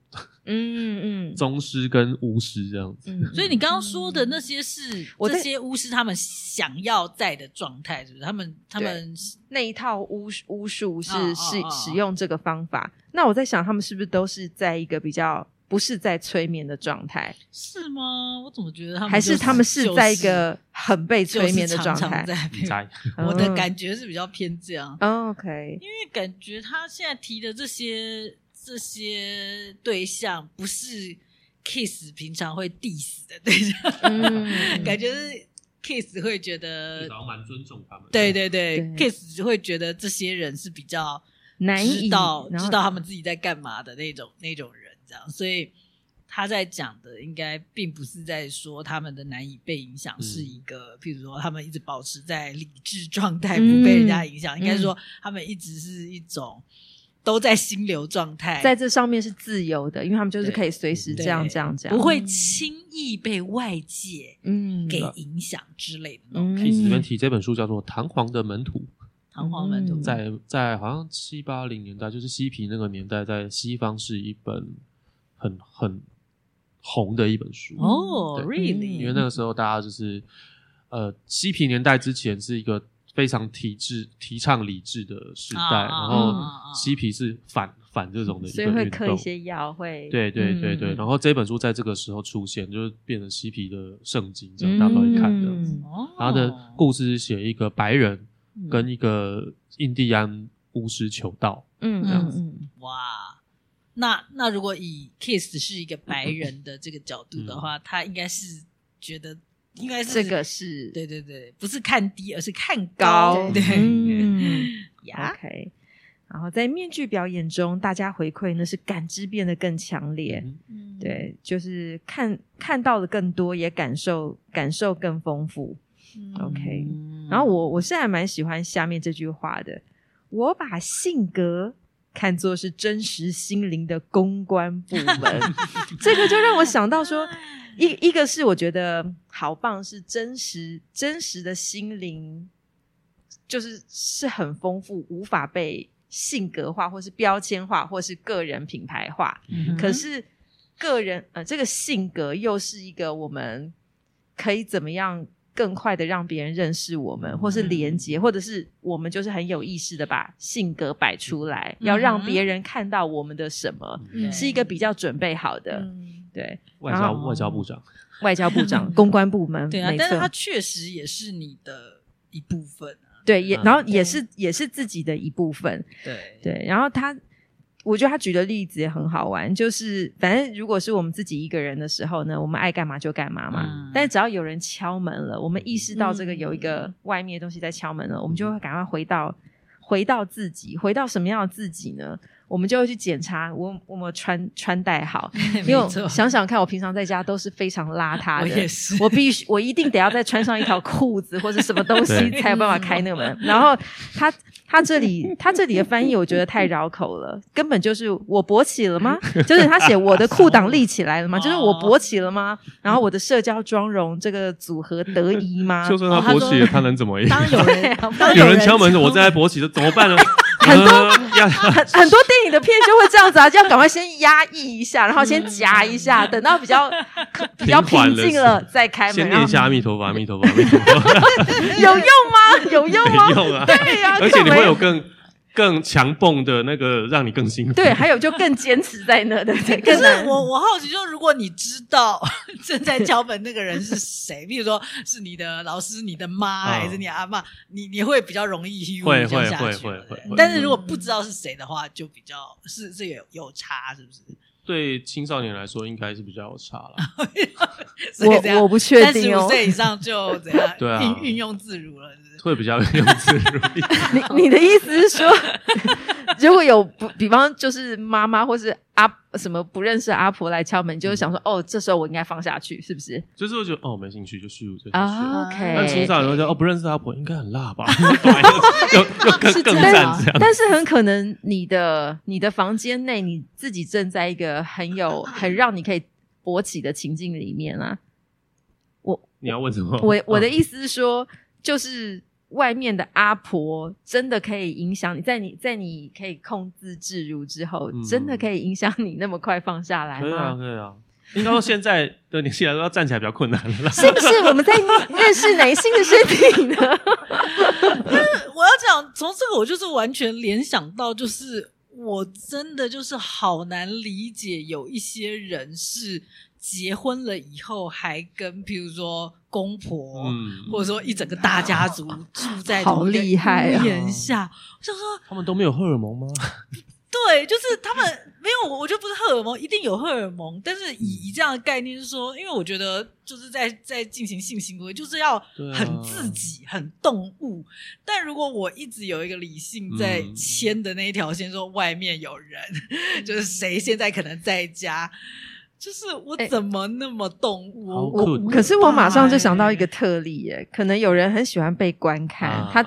嗯嗯
宗师跟巫师这样 子。
嗯，
所以你刚刚说的那些是
我
这
在
些巫师他们想要在的状态，是不是？他们他们
那一套巫术巫术是
哦哦
是
哦
使用这个方法。那我在想，他们是不是都是在一个比较不是在催眠的状态，
是吗？我怎么觉得他们
还
就是
他们是在一个很被
就是
催眠的状
就是常
态
常？在
你猜？
我的
嗯哦
感觉是比较偏这样，
OK，
因为感觉他现在提的这些这些对象不是 kiss 平常会 diss 的对象，
嗯
感觉是 kiss 会觉得
至。少蛮尊重他们。
呃对，对对
对
，Kiss 会觉得这些人是比较
难以
知道
然后
知道他们自己在干嘛的那种 那种人，这样，所以他在讲的应该并不是在说他们的难以被影响、
嗯
是一个，譬如说他们一直保持在理智状态，
嗯
不被人家影响，
嗯
应该说他们一直是一种都在心流状态，
在这上面是自由的，因为他们就是
对
可以随时这样
对
这样这样，
不会轻易被外界
嗯
啊
给影响之类的那种。
嗯
Kiss 里面提这本书叫做《弹簧的门徒》，
弹簧门徒
嗯
在在好像七八零年代，就是嬉皮那个年代，在西方是一本很很红的一本书。
哦、
对
r e a l l
嗯
y
因为那个时候大家就是，呃，嬉皮年代之前是一个非常体制、提倡理智的时代，
啊
然
啊啊
后嬉皮是反反这种的一个
所以会
运
嗑一
动。
些药，会
对对对对，
嗯
然后这本书在这个时候出现，就是变成嬉皮的圣经，这样大家都会看这样子。
嗯
哦，
他的故事是写一个白人跟一个印第安巫师求道，
嗯
这样子
嗯
哇，那那如果以 Kiss 是一个白人的这个角度的话，他应该是觉得应该
嗯，
是
这个是
对对对，不是看低，而是看
高
高， 对
嗯
呀，
OK。然后在面具表演中，大家回馈那是感知变得更强烈，
嗯
嗯，
对，就是看看到的更多，也感受感受更丰富。OK
嗯
然后我我是还蛮喜欢下面这句话的，我把性格看作是真实心灵的公关部门，这个就让我想到说，一一个是我觉得好棒，是真实真实的心灵，就是是很丰富，无法被性格化，或是标签化，或是个人品牌化。
嗯
可是个人呃，这个性格又是一个我们可以怎么样更快的让别人认识我
嗯
们，或是连接，或者是我们就是很有意识的把性格摆出
嗯
来，要让别人看到我们的什么，
嗯
是一个比较准备好的。
嗯
对，
外交
然
后
外交部长，
外交部 长、公关部门，
对啊，
没
但是
错
他，确实也是你的一部分啊，
对，也
嗯
然后也是也是自己的一部分，
对
对，然后他，我觉得他举的例子也很好玩，就是反正如果是我们自己一个人的时候呢，我们爱干嘛就干嘛嘛。
嗯
但只要有人敲门了，我们意识到这个
嗯
有一个外面的东西在敲门了，我们
嗯
就会赶快回到回到自己，回到什么样的自己呢？我们就会去检查我我们穿穿戴好，因为
没
我
错，
想想看，我平常在家都是非常邋遢的，
我 也是，
我 必须，我一定得要再穿上一条裤子或者什么东西
对
才有办法开那个门。然后他他这里他这里的翻译我觉得太绕口了，根本就是我勃起了 吗？就是他写我的裤裆立起来了吗？就是我勃起了吗？
哦
然后我的社交妆容这个组合得宜吗？
就算他
哦他
勃起了，
说
他能怎么样？
当有
对
人
啊
当
有
人
人敲门，我正在勃起，这怎么办呢？很多要
很很多电影的片就会这样子啊，就要赶快先压抑一下，然后先夹一下， 等到比较比较
平缓
平
了
静了再开门。然
先念一
后
下阿弥陀佛，阿弥陀佛，阿弥陀佛，
有用吗？有用吗
没？用啊！
对呀、
而且你
干嘛
会
要
有更更强蹦的那个，让你 更兴奋。
对，还有就更坚持在那，对对，
可
更难
是我我好奇，就是如果你知道 正在敲门那个人是谁，比如说是你的老师、你的妈
嗯
还是你阿妈，你你会比较容易虚
会
这样
会
下
会
去
会
对不对
会嗯会
但是如果不知道是谁的话，就比较是这有有差，是不 是？
对青少年来说，应该是比较有差了。
所以这样
我我不确
三
定
十五
哦。
岁以上就怎样
对啊
运运用自如了，是不是？
会比较 有自如一点。
你你的意思是说， 如果有不，比方就是妈妈或是阿什么不认识的阿婆来敲门，你就会想说，哦，这时候我应该放下去，是不是
就是会觉得哦没兴趣就虚无就虚无。
啊
那青
？OK。
少年会觉得哦不认识他婆应该 很辣吧，又又更
是
更
这
赞
样
这样。
但是很可能你的你的房间内你自己正在一个很有很让你可以勃起的情境里面啊。
你要问什么？
我我的
嗯
意思是说，就是外面的阿婆真的可以影响你，在你在你可以控制自如之后，
嗯
真的可以影响你那么快放下来
可以啊，
吗？
可以啊。应该说现在的年纪来说，要站起来比较困难了啦。
是不是我们在认识男性的身体呢？
我要讲，从这个我就是完全联想到，就是我真的就是好难理解，有一些人是结婚了以后还跟，比如说公婆。
嗯，
或者说一整个大家族住在
好厉害啊
屋檐下，我想说，
他们都没有荷尔蒙 吗？
对，就是他们没有，我我觉得不是荷尔蒙，一定有荷尔蒙，但是以以这样的概念是说，因为我觉得就是在在进行性行为，就是要
对啊
很自己、很动物。但如果我一直有一个理性在
嗯
牵的那一条线，说外面有人，就是谁现在可能在家，就是我
哎
怎么那么动物？
好
我
我
困
可是我马上就想到一个特例耶，可能有人很喜欢被观看，
啊
他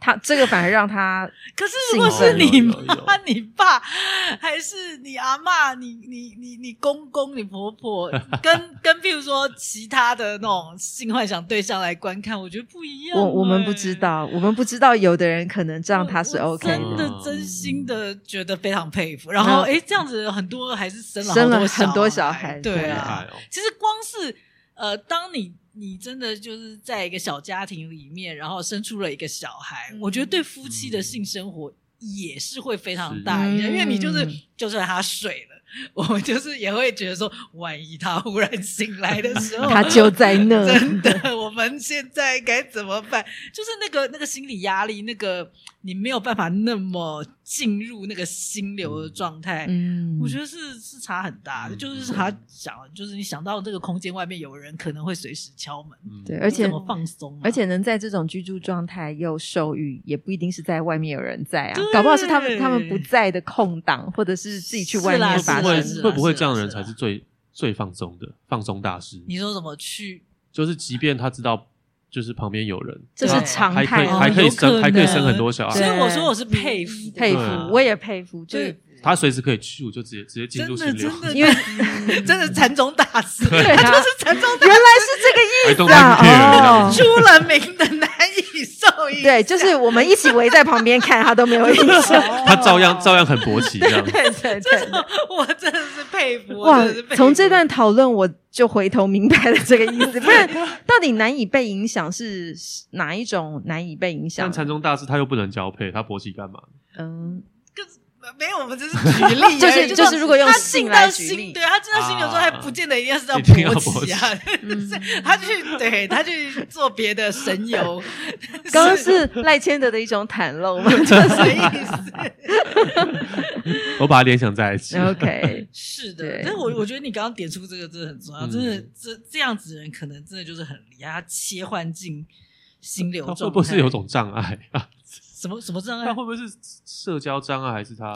他这个反而让 他
可是如果是
幸福
你
有有有
妈、你爸，还是你阿妈、你你你你公公、你婆婆， 跟跟譬如说其他的那种性幻想对象来观看，我觉得不一样欸、
我我们不知道，我们不知道有的人可能这
我，
样他是
我
OK 的。
真的真心的觉得非常佩服。然后哎、诶这样子很多还是生了
生了
好
很多
多
小
孩
孩，
对
厉
啊，
害哦！
其实光是呃，当你你真的就是在一个小家庭里面，然后生出了一个小孩，我
嗯
觉得对夫妻的性生活也是会非常大影响，
是
因为你就是
嗯
就算他睡了。 我们就是也会觉得说，万一他忽然醒来的时候，
他就在 那
真的，我们现在该怎么办？就是那个那个心理压力，那个你没有办法那么进入那个心流的状态。
嗯
我觉得是是差很大的，
嗯
就是他想，就是你想到这个空间外面有人可能会随时敲门，
嗯
对，而
你
且
怎么放松啊、
而且能在这种居住状态又受育，也不一定是在外面有人在啊
对，
搞不好是他们他们不在的空档，或者是自己去外面
是啦
发
会不会
生
是啦
会不会这样的人
是啦
才是啊最最放松的放松大师？
你说怎么去，
就是即便他知道就是旁边有人，
这是
然后
常
还可以
态啊
还可以生
哦有可能
还可以生很多小
所
孩，
以我说我是佩服
佩服
对啊，
我也佩服，就
对
是，
他随时可以去，我就直接直接进
真
入
的
心流。
真的，
因为
真的 禅宗大 师，
对
啊
他 就是禅宗
原来是这个意
I don't
思啊
care，这
哦
样子
出了名的难以受
思，
影。
对，就是我们一起围在旁边看，他都没有印象。
他照样照样很勃起这样。
对对对，
我真的是佩服，我
哇
真的是佩！服
从这段讨论，我就回头明白了这个意 思。不然，到底难以被影响是哪一种难以被影响
但？禅宗大师他又不能交配，他勃起干嘛？
嗯，
没有，我们只是 举例而已，
就是就是如果用
他
性
进
来
到
举例
心，对他进到心流之后，
啊
还不见得一定是要
一定要
勃起啊，
嗯
他去对他去做别的神游，
刚刚是赖千德的一种袒露 嘛
什么意思？
我把它联想在一 起。
？OK，
是的
对，
但是我我觉得你刚刚点出这个真的很重要，
嗯
真的这这样子的人可能真的就是很厉害，他切换进心流
他会
状态，
不会是有种障碍 啊？
什么什么障碍
他？会不会是社交障碍，还是他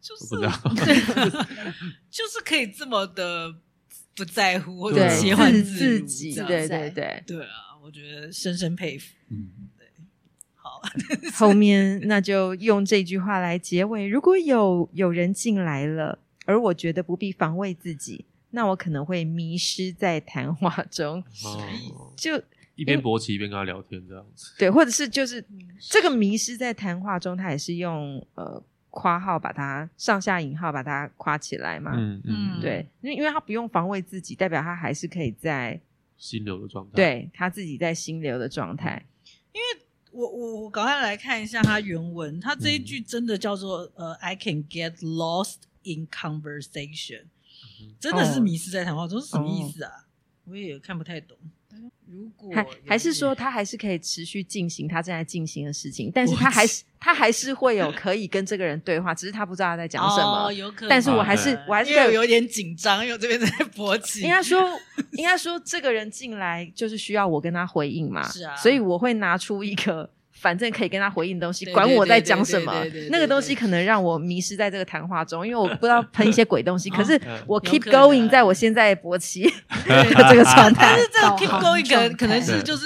就是
我不知道
对，就是可以这么的不在乎或者
对，
切换
自
自
自
如
己，
这样
对对对。
对啊，我觉得深深佩服。
嗯
好，
后面那就用这句话来结尾。如果有有人进来了，而我觉得不必防卫自己，那我可能会迷失在谈话中，
哦，
就
一边勃起一边跟他聊天这样子？
对，或者是就是这个迷失在谈话中，它也是用呃括号把它上下引号把它夸起来嘛。
嗯嗯，
嗯
对，因为因为他不用防卫自己，代表他还是可以在
心流的状态。，
对他自己在心流的状态。
我我我赶快来看一下它原文，它这一
嗯
句真的叫做、呃，I can get lost in conversation，
嗯
真的是
哦
迷失在谈话中，是什么意思啊？我也看不太懂。如果
还
有
还是
点
说，他还是可以持续进行他正在进行的事情，但是他还是他还是会有可以跟这个人对话，只是他不知道他在讲什么。
哦、有可能，
但是
我还
是我还是
因为
可以
有点紧张，因为我这边在勃起，
应该说，应该说，这个人进来就是需要我跟他回应嘛，
是啊
所以我会拿出一个反正可以跟他回应的东西，
对
管我在讲什么
对对对对对对，
那个东西可能让我迷失在这个谈话中，因为我不知道喷一些鬼 东西，
哦
可是我
有
keep
可能
going 在我现在勃起
对
的这个状态
但是，这个 keep
导航
going 可
状态
可能是
对
就是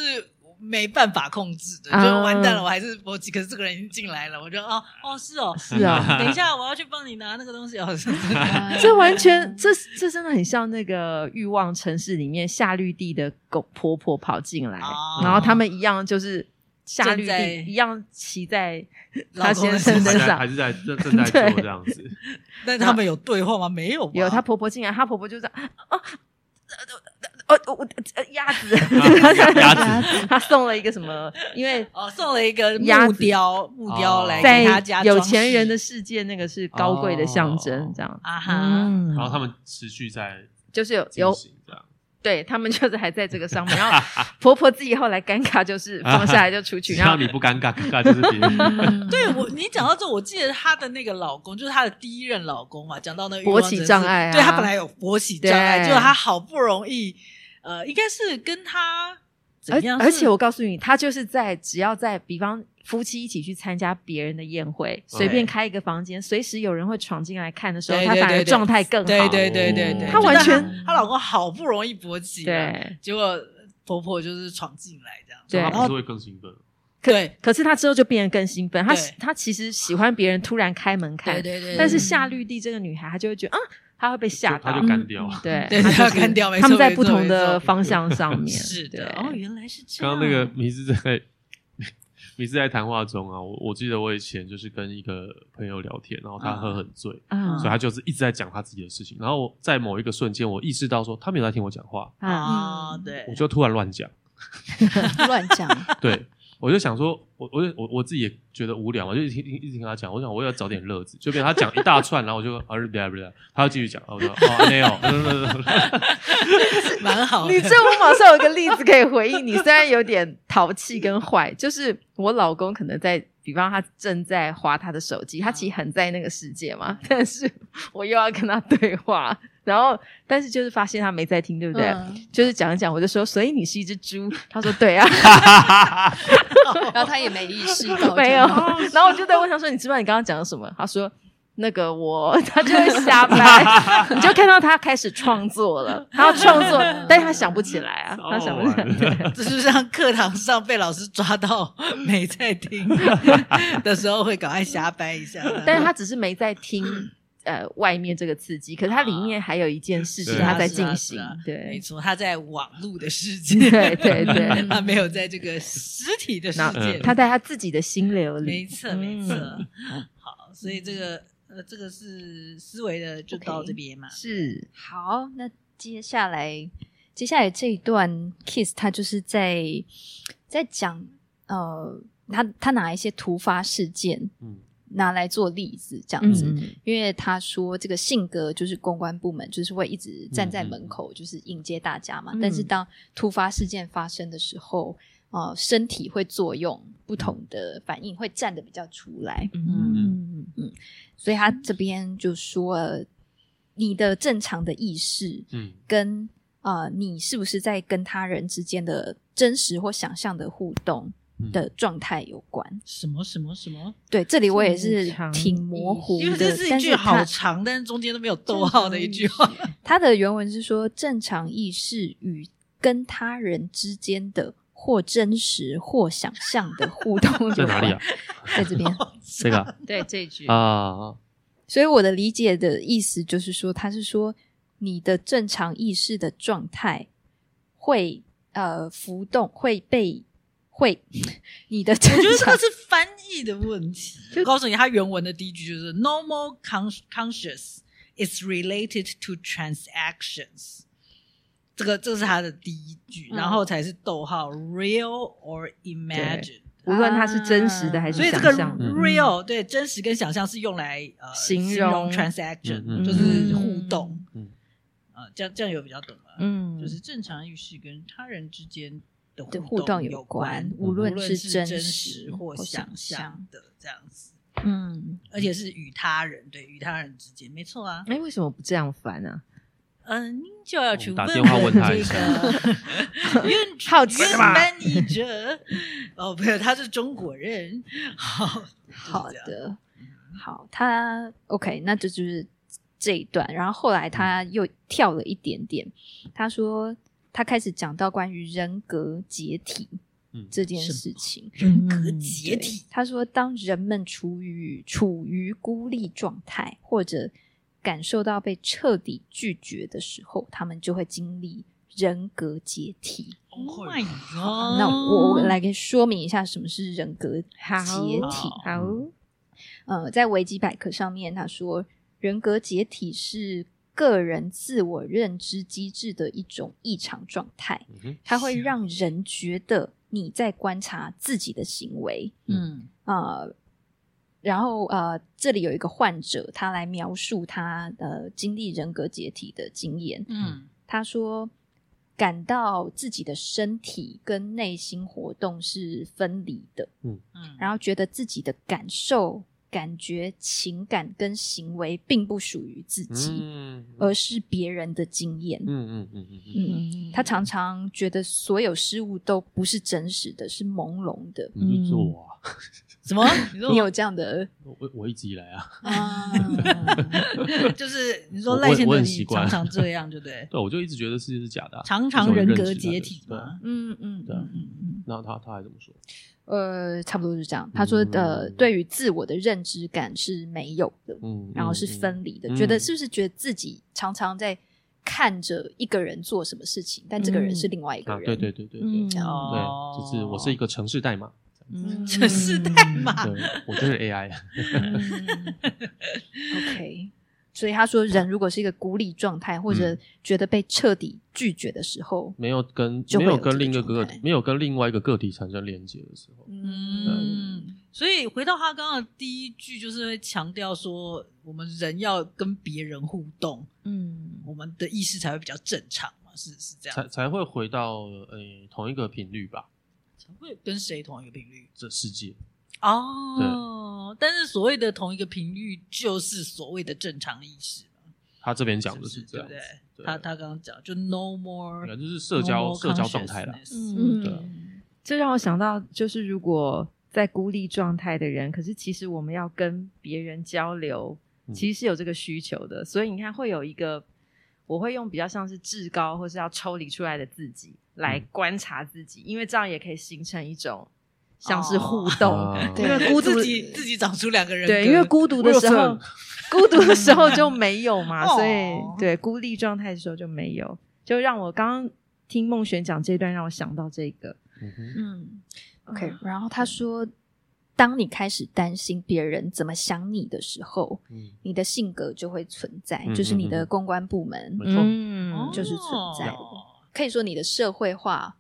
没办法控制的，
啊
就完蛋了，我还是我可是这个人已经进来了，我就哦哦是 哦，
是啊，
等一下我要去帮你拿那个东西哦，是
这完全这这真的很像那个《欲望城市》里面夏绿蒂的狗婆婆跑进来，
哦
然后他们一样就是夏绿
正在
蒂一样骑在
老
她
公
先
的
生
身
身
还在
上
还，是在正正在 做这样子，
但他们有对话吗？没有吧，
有她婆婆进来，她婆婆就这样啊。呃呃呃呃呃，鸭 子，
鸭子
子
她送了一个什么？因为
哦送了一个
鸭
木
子
雕木雕
哦
来给他
在
家
有
装
钱人
饰
的世界，那个是高贵的象征
哦，
这样。
啊哈，
嗯
然后他们持续在
就是有
进
有
行这样。
对他们就是还在这个上面，然后 婆婆自己后来尴尬，就是放下来就出 去，
只
然
要
后
你不尴尬，尴尬就是别人。
嗯
对我，你讲到这，我记得她的那个老公，就是她的第一任老公嘛，讲到那个欲
勃
望
起
城市
障碍啊
对她本来有勃起障碍，
对
结果她好不容易，呃，应该是跟她
而
怎样是？
而且我告诉你，他就是在只要在比方夫妻一起去参加别人的宴会，随便开一个房间，随时有人会闯进来看的时候，
对
他
对
反而
对对
状态更好。
对对对对对，
嗯
就
她完
让
全
她老公好不容易勃起，，啊
对
结果婆婆就是闯进来这样，
对
他
然
不
后
是会更兴奋？
对
可是他之后就变得更兴奋，他
对
他其实喜欢别人突然开门看，
对对对，
但是
对
夏绿蒂这个女孩，她就会觉得啊，她会被吓
就
到
他就。干掉了。
对
对
她
她
就是
干掉没错
他们在
没
不
错
同
没
的
错
方向上面
是
对
的，哦，原来是这样。
刚刚那个迷之在 迷之在谈话中啊，我我记得我以前就是跟一个朋友聊天，然后他喝很醉，
啊
所以他就是一直在讲他自己的事情。然后我在某一个瞬间，我意识到说他没有在听我讲话，
啊
啊，
嗯
对
我，就突然乱讲。
乱讲，
对，我就想说，我我就我我自己也觉得无聊嘛，就一直听一直听他讲，我想我要找点乐子，就变成他讲一大串，然后我就啊不对不对，他要继续讲，然后我就哦 没有，
蛮好的。
你这我马上有个例子可以回应你， 虽然有点淘气跟坏，就是我老公可能在，比方他正在划他的手机，他其实很在那个世界嘛，但是我又要跟他对话，然后但是就是发现他没在听，对不对？
嗯
就是讲一讲，我就说，所以你是一只猪。他说对啊，
然后他也没意识 到，
没有
真的。
然后我就在问他说，你知不知道你刚刚讲了什么？他说那个我，他就会瞎掰。你就看到他开始创作了，他要创作，但是他想不起来啊，他想
哦
不起来。
这就像课堂上被老师 抓到没在听的时候，会赶快瞎掰一下。
但是他只是没在听呃外面这个刺激，可是他里面还有一件事情
是啊
他在
是啊
进
是
行
啊，没
对
错，他在网络的世界，
对对 对，
他没有在这个实体的世
那
界里。
他在他自己的心流
没
里，
错，没错
嗯。
好，所以这个呃，这个是思维的，就到
OK
这边嘛。
是
好，那接下来接下来这一段 kiss，他就是在在讲呃，他他拿一些突发事件
嗯，
拿来做例子，这样子。
嗯，
因为他说这个性格就是公关部门，就是会一直站在门口，就是迎接大家嘛。
嗯
但是当突发事件发生的时候，呃，身体会作用不同的反应，会站得比较出来。
嗯
所以他这边就说，呃你的正常的意识
嗯，
跟呃你是不是在跟他人之间的真实或想象的互动
嗯
的状态有关。
什么什么什么？
对，这里我也
正
是
常
挺模糊
因为
的，
这是一
但
句好
它
长，但是中间都没有逗号的一句话。
它的原文是说，正常意识与跟他人之间的或真实或想象的互动
在哪里啊？
在这边。
这个
对这句
啊，
所以我的理解的意思就是说，他是说你的正常意识的状态会呃浮动，会被会你的正
我觉得这
常
个是翻译的问题。我告诉你，它原文的第一句就是 “normal con- conscious is related to transactions”，这个这个是它的第一句，
嗯
然后才是逗号 “real or imagined”。
无论他是真实的还是
所以这
想
个
象的，
嗯
real 对真实跟想象是用来呃
形
容
容
transaction，、
嗯嗯
就是互动。
嗯
呃，这样这样有比较懂了。
嗯，
就是正常意识跟他人之间的
的
互
互动
有
有关，无
无
论
论
是
真
实
或
想
象。的这样子，
嗯，
而且是与他人对与他人之间，没错啊。
哎，为什么不这样翻呢？
嗯，就要去
我们打
问
电话问他
这
一下
个 运
好奇
运
嘛
manager 哦，不是，他是中国人。好，就是
好
这样，嗯
的，好，他 OK，那这就是这一段。然后后来他
嗯
又跳了一点点，他说他开始讲到关于人格解体，
嗯
这件
什么
事情。
人格
嗯
解
对
体，
他说，当人们处于处于孤立状态，或者感受到被彻底拒绝的时候，他们就会经历人格解体。
Oh my god！
那我我来给说明一下什么是人格
哦好
解体。
好，
呃，在维基百科上面，他说人格解体是个人自我认知机制的一种异常状态，
嗯哼，
它会让人觉得你在观察自己的行为，
嗯
呃，然后呃，这里有一个患者，他来描述他呃经历人格解体的经验。
嗯
他说，感到自己的身体跟内心活动是分离的，
嗯，
然后觉得自己的感受、感觉、情感跟行为并不属于自己，
嗯，
而是别人的经验。
嗯嗯嗯嗯嗯
嗯，他常常觉得所有事物都不是真实的，是朦胧的。
嗯，你就做啊，
什 么？你说
你有这样的
我我一直以来啊，
啊？
就是你说
我
赖
我
先
我
生，
很
你
习惯
常常 这样，对不对？
对，我就一直觉得世界是假的啊，
常
这
常
是我
人
认
格
知的
解
对
体嘛。
嗯嗯
对啊
嗯嗯嗯，
那他他还怎么说？
呃，差不多是这样。他说的，
嗯
对于自我的认知感是没有的，
嗯，
然后是
嗯，
分离的，
嗯
觉得是不是觉得自己常常在看着一个人做什么事情，但这个人是另外一
嗯
个
啊，
人。
对对对对对
嗯，这样
对，
哦
就是我是一个城市代码，
嗯
城市代码，
啊
对我就是啊 AI，
嗯
OK，所以他说，人如果是一个孤立状态，或者觉得被彻底拒绝的时候，
嗯没有跟
就
没
会有
有跟另一
这
个
个状
个
态
体没有跟另外一个个体产生连接的时候，
嗯，
嗯，所以回到他刚刚的第一句，就是会强调说，我们人要跟别人互动，
嗯
我们的意识才会比较正常嘛，是是这
才
样，
才会回到呃同一个频率吧，
才会跟谁同一个频率
这世界。
哦。但是所谓的同一个频率，就是所谓的正常意识嘛，
他这边讲
是
的
不是
是这
对
样
不
子
对，？
对
他他刚刚讲就
对啊
no more
就是社交社交状态啦
了，，
嗯
对啊
这让我想到，就是如果在孤立状态的人，可是其实我们要跟别人交流，
嗯
其实是有这个需求的。所以你看，会有一个，我会用比较像是至高或是要抽离出来的自己来
嗯
观察自己，因为这样也可以形成一种像是
哦
互动。
啊
对
因为孤独
自
自
己
己自己长出两个人格，
对，因为孤独的时
我
候
有，
孤独的时候 就没有嘛，
哦
所以对孤立状态的时候就没有，就让我刚刚听梦璇讲这段，让我想到这个，
嗯哼
嗯，OK。然后他说，当你开始担心别人怎么想你的时候，
嗯
你的性格就会存在，
嗯
就是你
嗯
的
嗯
公关部门，
没错
嗯，
就是存在的
哦
可以说你的社会化，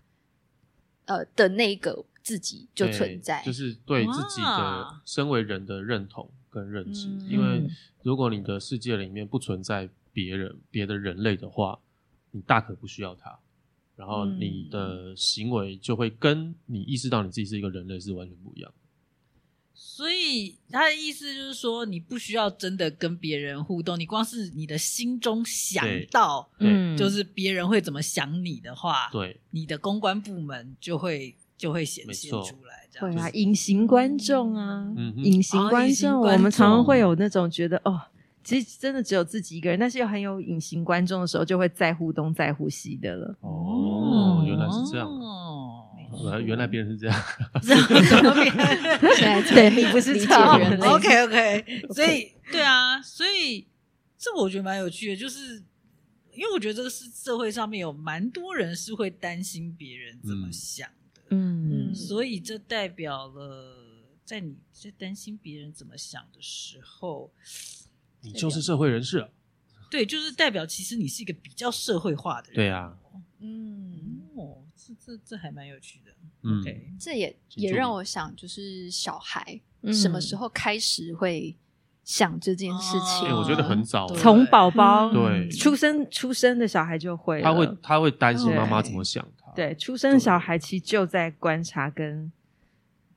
呃的那一个自己就
对
存在，
就是对自己的
哇
身为人的认同跟认知。
嗯
因为如果你的世界里面不存在别人、别的人类的话，你大可不需要他。然后
嗯
你的行为就会跟你意识到你自己是一个人类是完全不一样的。
所以他的意思就是说，你不需要真的跟别人互动，你光是你的心中想到，
对
嗯
嗯
嗯
就是别人会怎么想你的话，
对，
你的公关部门就会就会显
没
现
错
出来，这
会
样
啊，隐形观众啊，
嗯哼
隐形观
哦隐形
众，
观
我们常常
众
会有那种觉得哦。其实真的只有自己一个人，但是又很有隐形观众的时候，就会在乎东在乎西的了。
哦，原来是这样啊。
哦，
原来原来别人是这样，
现 在才
对你不是
理解
超
人类
OK OK，所以 对啊，所以这我觉得蛮有趣的，就是因为我觉得这个是社会上面有蛮多人是会担心别人怎么
嗯
想的，
嗯
所以这代表了，在你在担心别人怎么想的时候，
你就是社会人士啊。
对，就是代表其实你是一个比较社会化的人。
对啊，
嗯，
哦，这这这还蛮有趣的。
嗯，
OK，
这也
请
也
注
让
意
我想，就是小孩
嗯
什么时候开始会想这件事
哦
情？嗯
哎我觉得很早
哦
对
从宝宝
对
出生出生的小孩就会了，
他会他会担心
对
妈妈怎么想他。，
对出生的小孩其实就在观察跟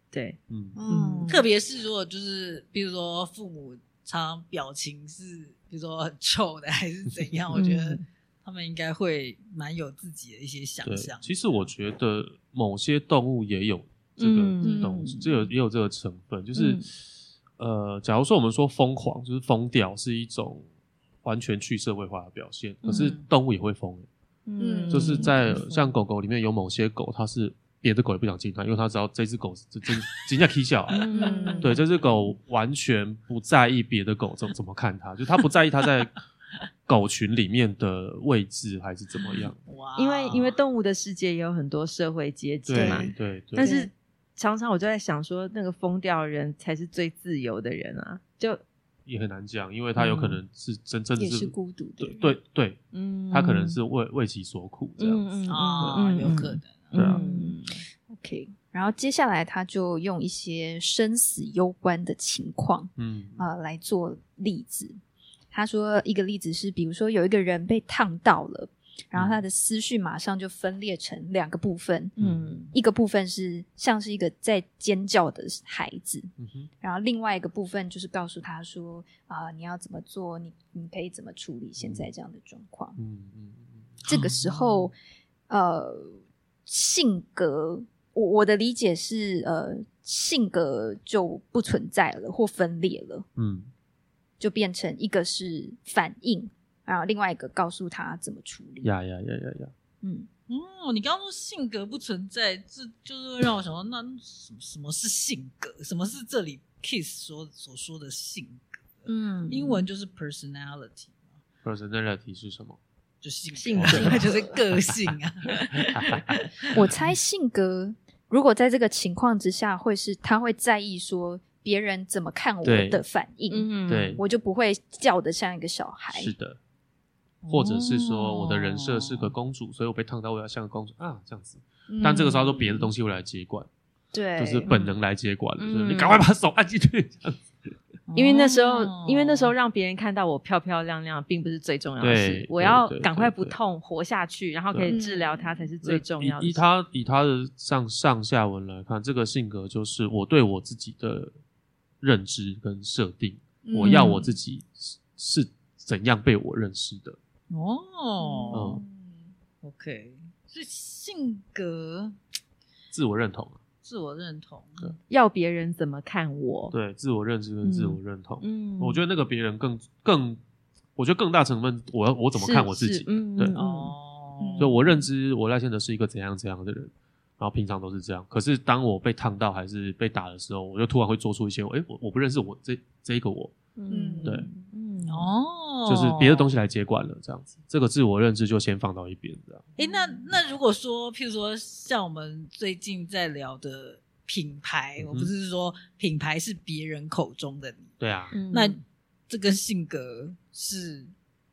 对
嗯，
嗯，
特别是如果就是比如说父母常常表情是比如说很臭的还是怎样，我觉得
嗯
他们应该会蛮有自己的一些想
对
象。。
其实我觉得某些动物也有这个
嗯
动物，
嗯
这个也有这个成分，就是
嗯
呃，假如说我们说疯狂，就是疯掉是一种完全去社会化的表现，可是
嗯
动物也会疯，欸
嗯
就是在
嗯
像狗狗里面有某些狗，它是别的狗也不想进它，因为它知道这只狗是真真的 k 笑。啊
嗯
对，这只狗完全不在意别的狗怎怎么看它，就它不在意它在狗群里面的位置还是怎么样。
哇哦
因为因为动物的世界也有很多社会阶级
对
嘛，
对对，
但是常常我就在想说，那个疯掉的人才是最自由的人啊，就
也很难讲，因为它有可能是真真的
也
是
是孤独的
对
人，
对对，
嗯，
它可能是为为其所苦这样子。
啊、
嗯
有可能，
对啊
嗯
OK，然后接下来他就用一些生死攸关的情况
嗯，
啊、呃来做例子。他说一个例子是，比如说有一个人被烫到了，然后他的思绪马上就分裂成两个部分，
嗯
一个部分是像是一个在尖叫的孩子，
嗯哼，
然后另外一个部分就是告诉他说啊、你要怎么做，你你可以怎么处理现在这样的状况。
嗯嗯嗯
这个时候，呃，性格，我我的理解是，呃，性格就不存在了，或分裂了，
嗯
就变成一个是反应，然后另外一个告诉他怎么处理。
呀呀呀呀呀，
嗯，
嗯，你刚刚说性格不存在，这就是会让我想到，那什什么是性格？什么是这里 Kiss 说所说的性格？
嗯
英文就是 personality 嘛，
personality 是什么？
就性
性
格
就是个性啊。
我猜性格如果在这个情况之下，会是他会在意说别人怎么看我
对
的反应，
嗯
对，
我就不会叫的像一个小孩。
是的。
哎
或者是说我的人设是
哦
个公主，所以我被烫到，我要像个公主啊这样子。
嗯
但这个时候都别的东西会来接管，
嗯对，
就是本能来接管，
嗯
就是你赶快把手按进去这样子。
因为那时候，
哦
因为那时候让别人看到我漂漂亮亮，并不是最重要的
对
事
对。
我要
对对
赶快不
对
痛活下去，然后可以
对
治疗它才是最重要的事。
以以他以他的上上下文来看，这个性格就是我对我自己的认知跟设定，我要
嗯
我自己是是怎样被我认识的。
哦
嗯
，OK，所以性格
自我认同啊，
自我认同，
要别人怎么看我？
对自我认知跟自我认同，
嗯
我觉得那个别人更更，我觉得更大成分，我要我怎么看我自己，
嗯，
对
嗯嗯
哦，
所以我认知我赖先德是一个怎样怎样的人，然后平常都是这样。可是当我被烫到还是被打的时候，我就突然会做出一些，哎，我我不认识我这这一个我，
嗯，
对，
嗯，
哦，
就是别的东西来接管了，这样子，这个自我认知就先放到一边，这样。
诶，那那如果说，譬如说，像我们最近在聊的品牌，
嗯哼
我不是说品牌是别人口中的你，
对啊，
嗯
那这跟性格是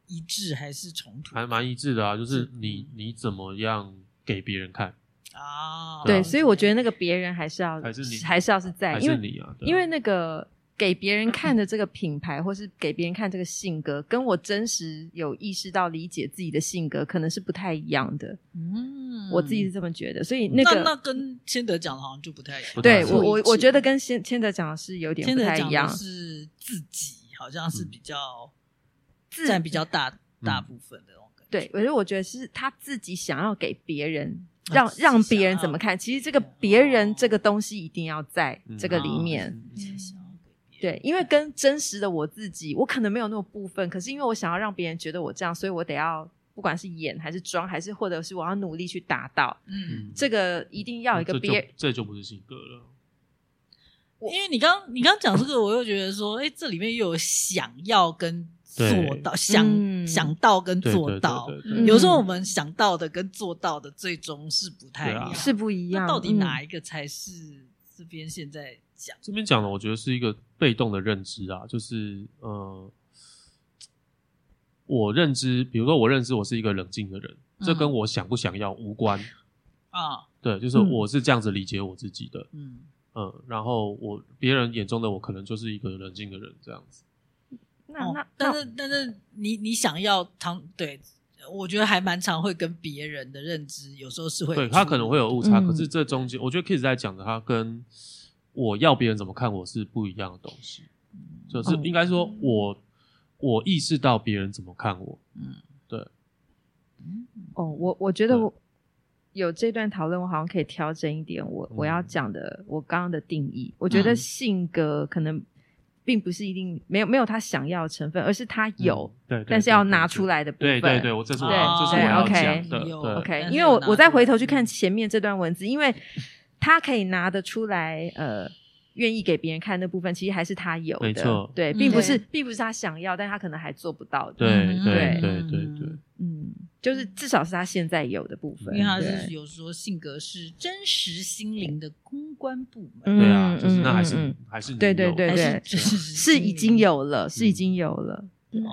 一致还是冲突？
还蛮一致的啊，就是你你怎么样给别人看，
啊，
对，
对
所以我觉得那个别人还是要
还是你
还是要是在，
还
因
是
为
你啊？对啊
因为那个给别人看的这个品牌，或是给别人看这个性格，跟我真实有意识到理解自己的性格，可能是不太一样的。
嗯
我自己是这么觉得，所以那
那
个
跟千德讲的好像就不太一样
不。太
对
一样
我我
不一
我
致
觉得跟千千德讲的是有点
千
不
德
太一
讲
样
的，是自己，好像是比较
自
占比较大大
嗯
部分的那种感觉。
对，我觉得我觉得是他自己想要给别人。
啊
让
自己
让
想
别人
要
怎么看？其实这个
哦
别人这个东西一定要在
嗯
这个里
哦
面，
自己想要给别
对，
人
因为跟真实的我自己，我可能没有那么部分，可是因为我想要让别人觉得我这样，所以我得要不管是演还是装，还是或者是我要努力去达到
嗯。
嗯
这个，一定要有一个
这就
别人。
这就不是性格了。
因为你刚你刚讲这个，我又觉得说，哎，这里面又有想要跟做到，想、
嗯
想到跟
对
做到。
对对对
嗯
有时候我们想到的跟做到的最终是不太一
对
样，
啊
是不一样。
那到底
嗯
哪一个才是这边现在讲？
这边讲的，我觉得是一个被动的认知啊，就是呃，我认知，比如说我认知我是一个冷静的人，
嗯
这跟我想不想要无关。
啊？
对，就是
嗯
我是这样子理解我自己的，
嗯，
嗯，然后我别人眼中的我可能就是一个冷静的人这样子。
那
哦
那
但
那
是但是你你想要常对，我觉得还蛮常会跟别人的认知有时候是会
对他可能会有误差，
嗯
可是这中间，我觉得 Kiss 在讲的，他跟我要别人怎么看我是不一样的东西，就是
嗯
应该说我我意识到别人怎么看我，嗯
哦，我我觉得
对
我有这段讨论，我好像可以调整一点我、我要
嗯
讲的我刚刚的定义。我觉得
嗯
性格可能。并不是一定没有没有他想要的成分，而是他有，
嗯对，对
但是要拿出。来的部
对
分。
对对对，我这是我
对
这是
对
我要
OK
讲的。
有
对
OK，
但是
因为我
有拿嗯
我再
出来
回头去看前面这段文字，因为他可以拿得出来，呃，愿意给别人看那部分，其实还是他有的，
没错
对，
嗯
并不是、
对
并不是他想要，但他可能还做不到的，
对
嗯
对
对
对对对，
嗯，就是至少是他现在有的部分，
因为他是
对
有说性格是真实心灵的公关部门，
嗯
对啊，就是那还是
嗯嗯
还是你
对对
有的
对
还
对
哎是真实心
是
灵
已经有了，
嗯
是已经有了，
嗯
哦，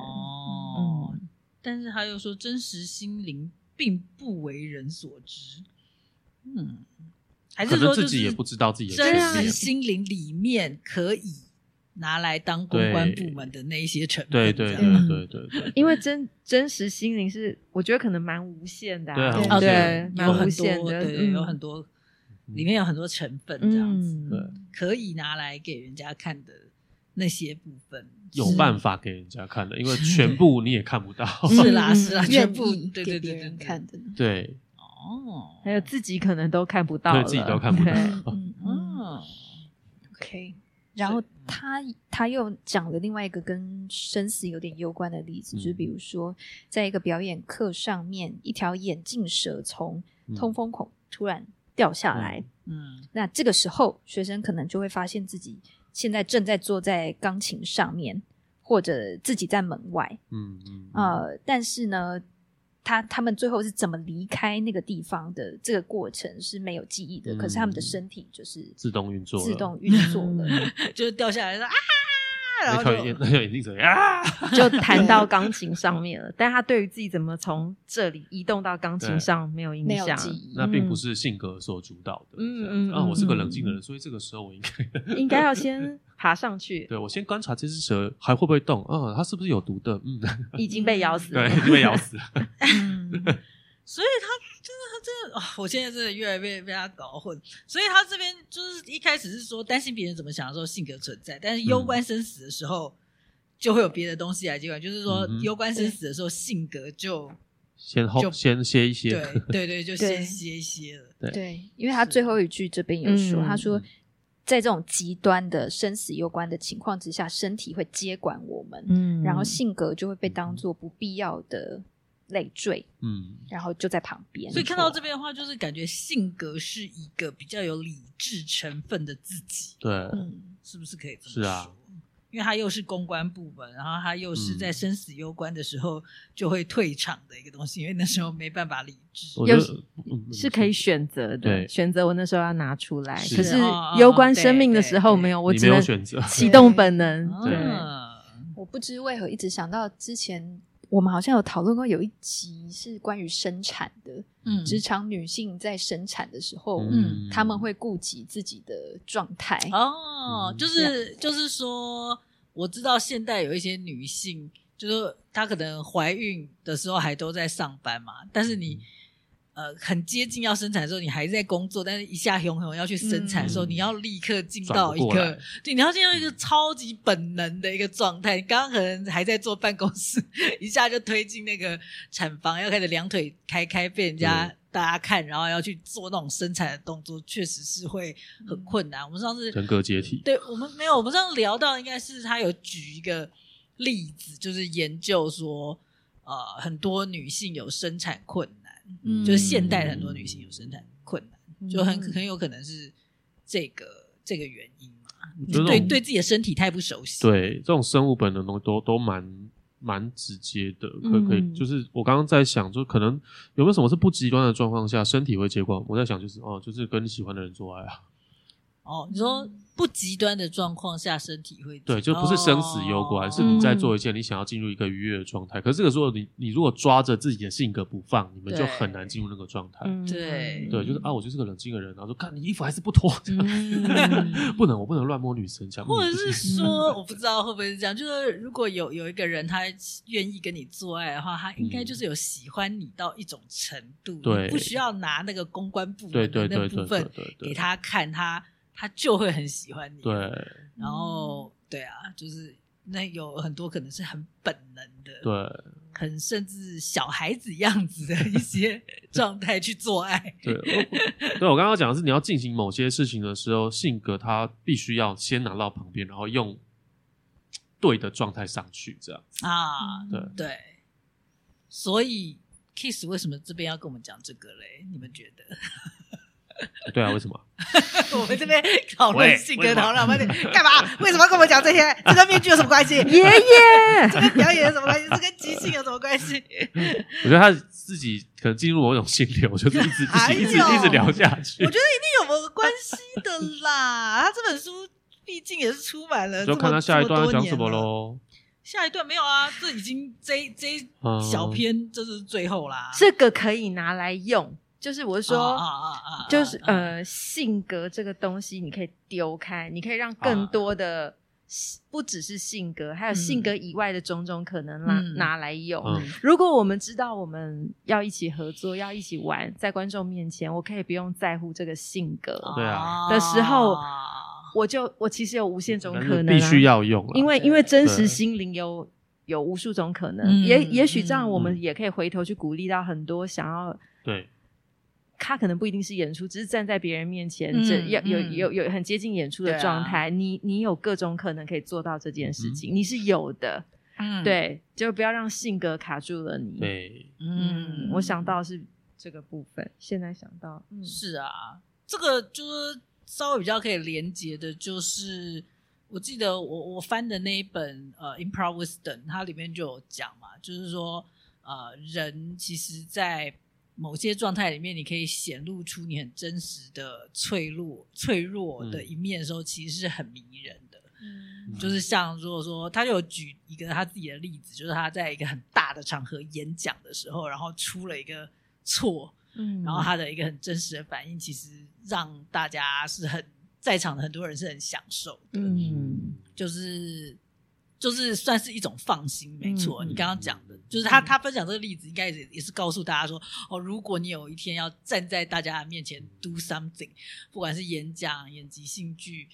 嗯
但是他又说真实心灵并不为人所知，嗯，还
可
是
能
说
自
就
己也
是
不知道自己的
真
缺
实
点
心灵里面可以拿来当公关部门的那一些成
对
分，
对
这样
嗯
对对对对，
因为真真实心灵是，我觉得可能蛮无限的、
对啊
对
哦
不
对
对，
有
蛮无
很
限
多，
的，
对，
嗯
有很多里面有很多成分这样子，
嗯
对
可以拿来给人家看的那些部分，
有办法给人家看的，因为全部你也看不到。
嗯
是啦是啦，全
愿
部
意
对
给
对
别
对对
人
对
看的呢。
对，
哦，
还有自己可能都看不到了，
对自己都看不到
对
嗯嗯嗯
哦，
，OK。然后他他又讲了另外一个跟生死有点攸关的例
嗯
子，就是比如说，在一个表演课上面，一条眼镜蛇从
嗯
通风口突然掉下来，
嗯
那这个时候，学生可能就会发现自己现在正在坐在钢琴上面，或者自己在门外。
嗯嗯，
呃，但是呢，他他们最后是怎么离开那个地方的？这个过程是没有记忆的，
嗯
可是他们的身体就是
自动运作了
自动运作了。
就是掉下来说啊，然
那
后
条眼
就嗯
那条眼镜蛇啊，
就弹到钢琴上面了，但他对于自己怎么从这里移动到钢琴上没有印
没有
象，
记忆
那并不是性格所主导的。
嗯
这样子
嗯
啊，
嗯
我是个冷静的人，所以这个时候我应该
应该要先爬上去，
对我先观察这只蛇还会不会动啊，它是不是有毒的？嗯，
已经被咬死了
对，，被咬 死了。
嗯
所以他真的，他真的，啊我现在真的越来越被他搞混。所以他这边就是一开始是说担心别人怎么想的时候性格存在，但是攸
嗯
关生死的时候，就会有别的东西来接管。就是说
嗯哼
攸关生死的时候，性格 就
先后
就
先歇一歇，
对对对，就
对
先歇一歇了。
对，因为他最后一句这边有说，
嗯
他说。在这种极端的生死攸关的情况之下，身体会接管我们，
嗯
然后性格就会被当做不必要的累赘，
嗯，
然后就在旁边。
所以看到这边的话，就是感觉性格是一个比较有理智成分的自己，
对，
嗯，
是不是可以这么
是
说？
啊
因为他又是公关部门，然后他又是
嗯
在生死攸关的时候就会退场的一个东西，因为那时候没办法理智。
我觉得
有
嗯嗯
是可以选择的，
对
选择我那时候要拿出来，
是
可是
哦哦
攸关生命的时候
对对
没有，我
你
只
没有
能
选择，
启动本能，
嗯
对，
我不知为何一直想到之前我们好像有讨论过有一集是关于生产的，
嗯
职场女性在生产的时候，
嗯
她们会顾及自己的状态。
哦，
嗯
就是就是说，我知道现代有一些女性，就是她可能怀孕的时候还都在上班嘛，但是
嗯
你。呃，很接近要生产的时候，你还在工作，但是一下熊熊要去生产的时候，
嗯
你要立刻进
转
到
不
一
过
个
来，，
对，你要进入一个超级本能的一个状态。你刚刚可能还在坐办公室，一下就推进那个产房，要开始两腿开开，被人家
嗯
大家看，然后要去做那种生产的动作，确实是会很困难。我们上次
人格解体，
对我们没有，我们上次聊到应该是他有举一个例子，就是研究说，呃，很多女性有生产困难，
嗯
就是现代的很多女
嗯
性有生产困难，就很
嗯
很有可能是这个这个原因嘛，
觉得
对
我们
对自己的身体太不熟悉，
对，这种生物本能都都都蛮蛮直接的，可可以，
嗯
就是我刚刚在想，就可能有没有什么是不极端的状况下身体会接管？我在想就是哦，就是跟你喜欢的人做爱啊，
哦，你说不极端的状况下身体会哦
对，就不是生死攸关，是你在做一件你想要进入一个愉悦的状态。可是这个时候你你如果抓着自己的性格不放，你们就
对
很难进入那个状态。
嗯
对
对，就是啊，我就是个冷静的人，然后说，看你衣服还是不脱，
嗯
不能，我不能乱摸女生，这样，
或者
嗯不
是
行
说，我不知道会不会是这样，就是如果有有一个人他愿意跟你做爱的话，他应该就是有喜欢你到一种程度，
嗯对
你不需要拿那个公关部
对
门
对
的
对
那
对
部
对
分
对
给
对，
他看，他他就会很喜欢 你。，
对
然后对啊，就是那有很多可能是很本能的，，
对。
很甚至小孩子样子的一些 状态去做爱。
对，我对我刚刚讲的是，你要进行某些事情的时候，性格它必须要先拿到旁边，然后用对的状态上去，这样
啊，
对。
对，所以 Kiss 为什么这边要跟我们讲这个嘞？你们觉得？
对啊，为什么？
我们这边讨
喂
论性
为
格
什么
讨论半天，干嘛？为什么要跟我们讲这些？这跟面具有什么关系？
爷爷，
这跟表演有什么关系？这跟即兴有什么关系？
我觉得他自己可能进入某种心流， 就是一直一
还
直一直
有
一直聊下去
哎我觉得一。定有某个关系的啦。啊他这本书毕竟也是出版了，
就看他下一段要讲什么
喽。
喽。
下一段没有啊，这已经这一这一
嗯，
小篇这是最后啦。
这个可以拿来用，就是我是说。
啊啊啊啊，
嗯
就是
啊
呃，性格这个东西，你可以丢开，你可以让
啊
更多的、不只是性格，还有性格以外的种种可能拿、
嗯
拿来用。
嗯
如果我们知道我们要一起合作，要一起玩，在观众面前，我可以不用在乎这个性格，
对啊
的时候
啊
我就我其实有无限种
但是
可能、啊，
嗯必须要用啦，
因为因为真实
对
心灵有有无数种可能，
嗯
也也许这样，我们
嗯
也可以回头去鼓励到很多想要。
对
他可能不一定是演出，只是站在别人面前，
嗯
这要有
嗯
有有很接近演出
对
的
啊
状态。你你有各种可能可以做到这件
嗯
事情，你是有的。
嗯，
对，就不要让性格卡住了你。，
对，
嗯，我想到是这个部分，现在想到，嗯，
是啊，这个就是稍微比较可以连接的，就是我记得我我翻的那一本呃《Improv Wisdom》，它里面就有讲嘛，就是说呃，人其实，在某些状态里面，你可以显露出你很真实的脆弱、脆弱的
嗯
一面的时候，其实是很迷人的。
嗯
就是像如果说，他就有举一个他自己的例子，就是他在一个很大的场合演讲的时候，然后出了一个错，
嗯
然后他的一个很真实的反应，其实让大家是很在场的很多人是很享受的，
嗯
就是就是算是一种放心，没错。
嗯
你刚刚讲的，就是
嗯
他他分享这个例子，应该也也是告诉大家说，哦，如果你有一天要站在大家的面前 do something，不管是演讲、演即兴剧。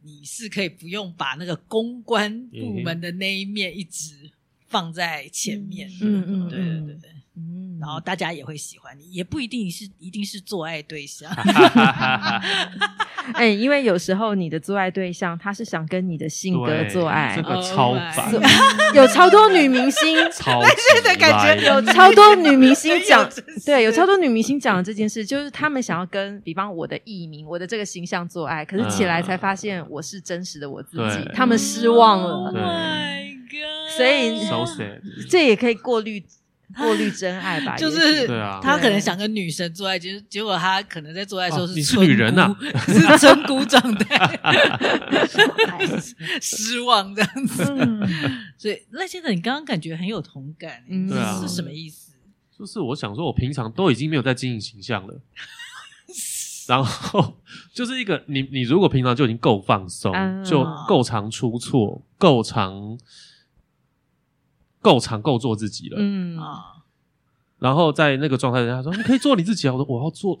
你是可以不用把那个公关部门的那一面一直放在前面，
嗯嗯嗯
对对对对。
嗯，
然后大家也会喜欢你，也不一定是一定是做爱对象。
哎、因为有时候你的做爱对象他是想跟你的性格
对
做爱
这，个
Oh
超
my
烦
所， 有超多女明星，
超现在
感觉
有超多女明星
哎
很有
讲
真实，
对，有超多女明星讲的这件事，就是她们想要跟，比方我的艺名，我的这个形象做爱，可是起来才发现我是真实的我自己
对，
她们失望
Oh
了。
my god！
所以
so sad，
这也可以过滤过滤真爱 吧，
就
也许
是
对啊
他可能想跟女神做爱，结结果他可能在做爱的时候
哦你是
村姑
女人呐
是村姑状态，
嗯
失望这样子。 所以赖先生，你刚刚感觉很有同感，欸
嗯
对啊
是什么意思？
就是我想说，我平常都已经没有在经营形象 了，然后就是一个你你如果平常就已经够放松，
嗯
就够常出错，够常够常够做自己了，
嗯，
啊，
然后在那个状态下他说你可以做你自己啊，我说我要做，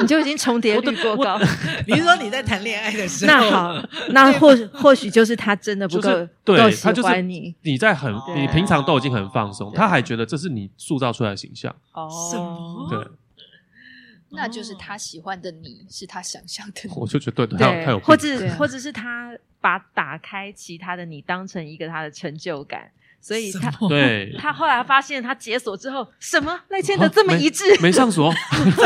你就已经重叠率过高。
你是说你在谈恋爱的时候？
那好，那或或许就是他真的不够
就是
不
对
够喜
他就是
欢你哦
你在很
对
你平常都已经很放松，
对
他还觉得这是你塑造出来的形象，
什么
哦。
对
那
哦
就是他喜欢的你是他想象的你。
我就觉得对他有他
对，
有
或
病
者
对啊
或者是他把打开其他的你当成一个他的成就感，所以他
什么
对
他后来发现他解锁之后，什么赖千德
啊
这么
没
一致，
没上锁，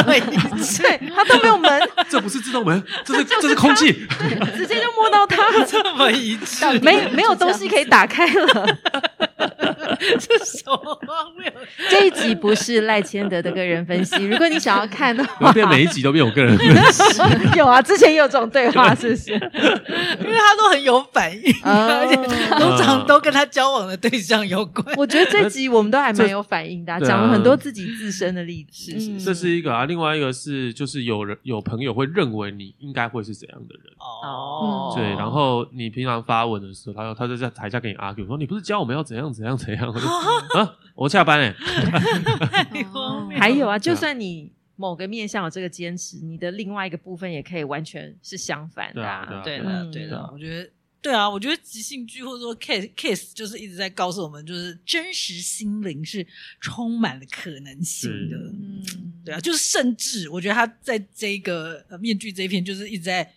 对
对他都没有 门，
这不是自动 门，这是
就是
这是空气。
对直接就摸 到他，
这么一 致，
没没有东西可以打开了。
这什么荒 谬？
这一集不是赖千德的个人分析，如果你想要看的
然
话
后，变每一集都变我个人
嗯
分
有啊，之前也有这种对 话，是不是？
因为他都很有反应，
哦
而且
嗯
通常都跟他交往的对象有关。
我觉得这集我们都还
这
蛮有反应的啊，嗯
对啊
讲了很多自己自身的例子，
是是
这是一个啊，另外一个是就是有人有朋友会认为你应该会是怎样的人，
哦
对，然后你平常发文的时候，他他就在台下跟你 argue 说你不是教我们要怎样怎样怎样， 我就啊，我下班哎、
哎
哦
还有啊，
对啊
就算你某个面向有这个坚持，你的另外一个部分也可以完全是相反的、
对啊
对
啊
的，
嗯
对的，我觉得。对啊，我觉得即兴剧或者说 case case 就是一直在告诉我们，就是真实心灵是充满了可能性的。啊
嗯，
对啊，就是甚至我觉得他在这个呃面具这一篇，就是一直在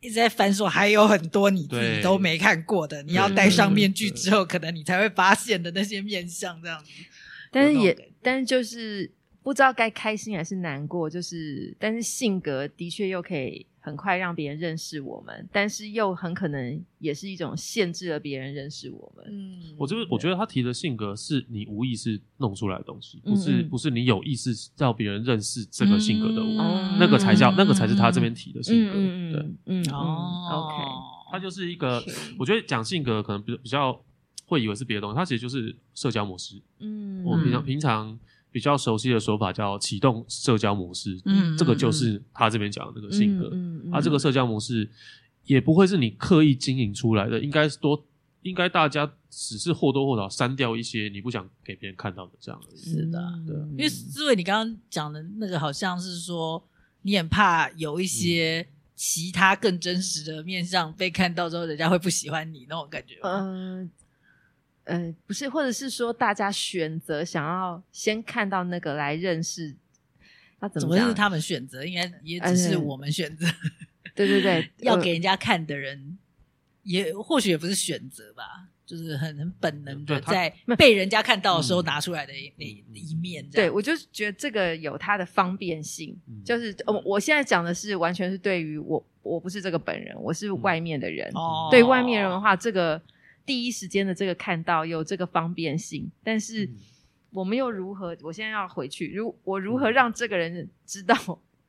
一直在翻说，还有很多你自己
对
都没看过的，你要
对
戴上
对
面具
对
之后，可能你才会发现的那些面相，这样子。
但是
有那种
也
感觉，
但是就是不知道该开心还是难过，就是但是性格的确又可以很快让别人认识我们，但是又很可能也是一种限制了别人认识我们。
嗯，
我就是我觉得他提的性格是你无意识弄出来的东西，
嗯
不是
嗯
不是你有意识让别人认识这个性格的我，
哦
那个才叫那个才是他这边
嗯
提的性
嗯
格。
嗯
对，
嗯嗯嗯
哦
，OK，
他就是一个
OK，
我觉得讲性格可能比比较会以为是别的东西，他其实就是社交模式。
嗯，
我们平常
嗯
平常比较熟悉的手法叫启动社交模式，
嗯
这个就是他这边讲的那个性格。
嗯
啊，这个社交模式也不会是你刻意经营出来的，应该是多，应该大家只是或多或少删掉一些你不想给别人看到的这样而已。
是的
嗯
对啊
因为思维你刚刚讲的那个好像是说，你很怕有一些
嗯
其他更真实的面相被看到之后，人家会不喜欢你那种感觉吗。
呃呃，不是，或者是说大家选择想要先看到那个来认识，那怎
怎
么
么是
讲？哎
他们选择？应该也只是我们 选择，
对对对，
要
呃
给人家看的人，也或许也不是选择吧，就是很很本能的
嗯对他
在
没有
被人家看到的时候
嗯
拿出来的一一一面这
对，
样。
我就觉得这个有它的方便性，
嗯
就是、呃、我现在讲的是完全是对于我，我不是这个本人，我是外面的人。
哦
对外面人的话，这个第一时间的这个看到有这个方便性，但是
嗯
我们又如何？我现在要回去，如我如何让这个人知道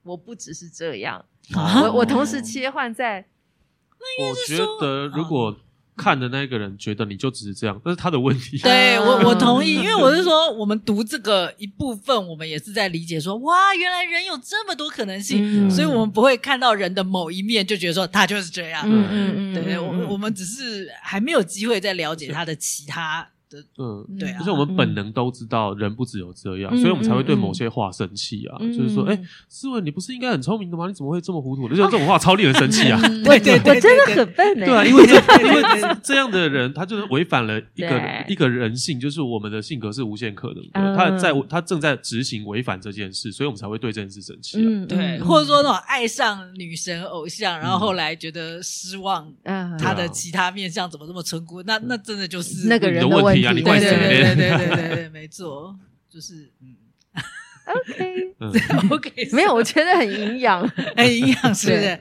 我不只是这样？
啊
我我同时切换在
哦我觉得如
哦
果看的那个人觉得你就只是这样，那是他的问题。
对
啊
我，我同意，因为我是说，我们读这个一部分，我们也是在理解说，哇，原来人有这么多可能性，
嗯
所以我们不会看到人的某一面就觉得说他就是这样。
嗯嗯嗯，
对对，
嗯
我我们只是还没有机会再了解他的其他的，
嗯。
对啊
就是我们本能都知道人不只有这样，
嗯
所以我们才会对某些话生气啊。
嗯
就是说，哎、
嗯哦
思文，你不是应该很聪明的吗？你怎么会这么糊涂？就是这种话超令人生气啊！
嗯
对对
我真的很笨呢、
对啊，因为这因为这样的人，他就是违反了一个
对
一个人性，就是我们的性格是无限可能
嗯
的。他在他正在执行违反这件事，所以我们才会对这件事生气啊。
嗯，
对，
嗯
或者说那种爱上女神偶像，然后后来觉得失望，
嗯，
他
他
的其他面相怎么这么村姑？那那真的就是
嗯那个人
你的问题啊
的
你
对
怪
问题
对
谁
对对
呢
对对对对，没错，就是嗯
OK，
嗯，
，OK，
没有，我觉得很营养，
很营养，哎是不是
对？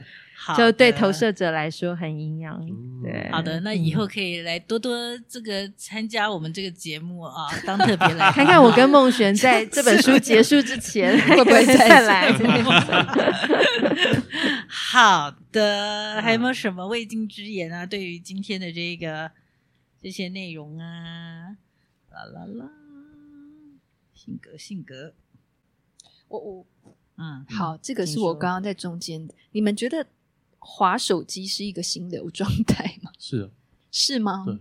好
就对
的
投射者来说很营养。
嗯
嗯对，
好的，那以后可以来多多这个参加我们这个节目 啊，当特别来
看看我跟 孟璇在这本书结束之前
会不会再
再 来？嗯
好
嗯
的，还有没有什么未尽之言啊？对于今天的这个这些内容啊，啦啦啦，性格性格，
我我
嗯，
好，这个
请
是我
说
刚刚在中间的，你们觉得划手机是一个心流状态吗？
是啊的，
是吗
对？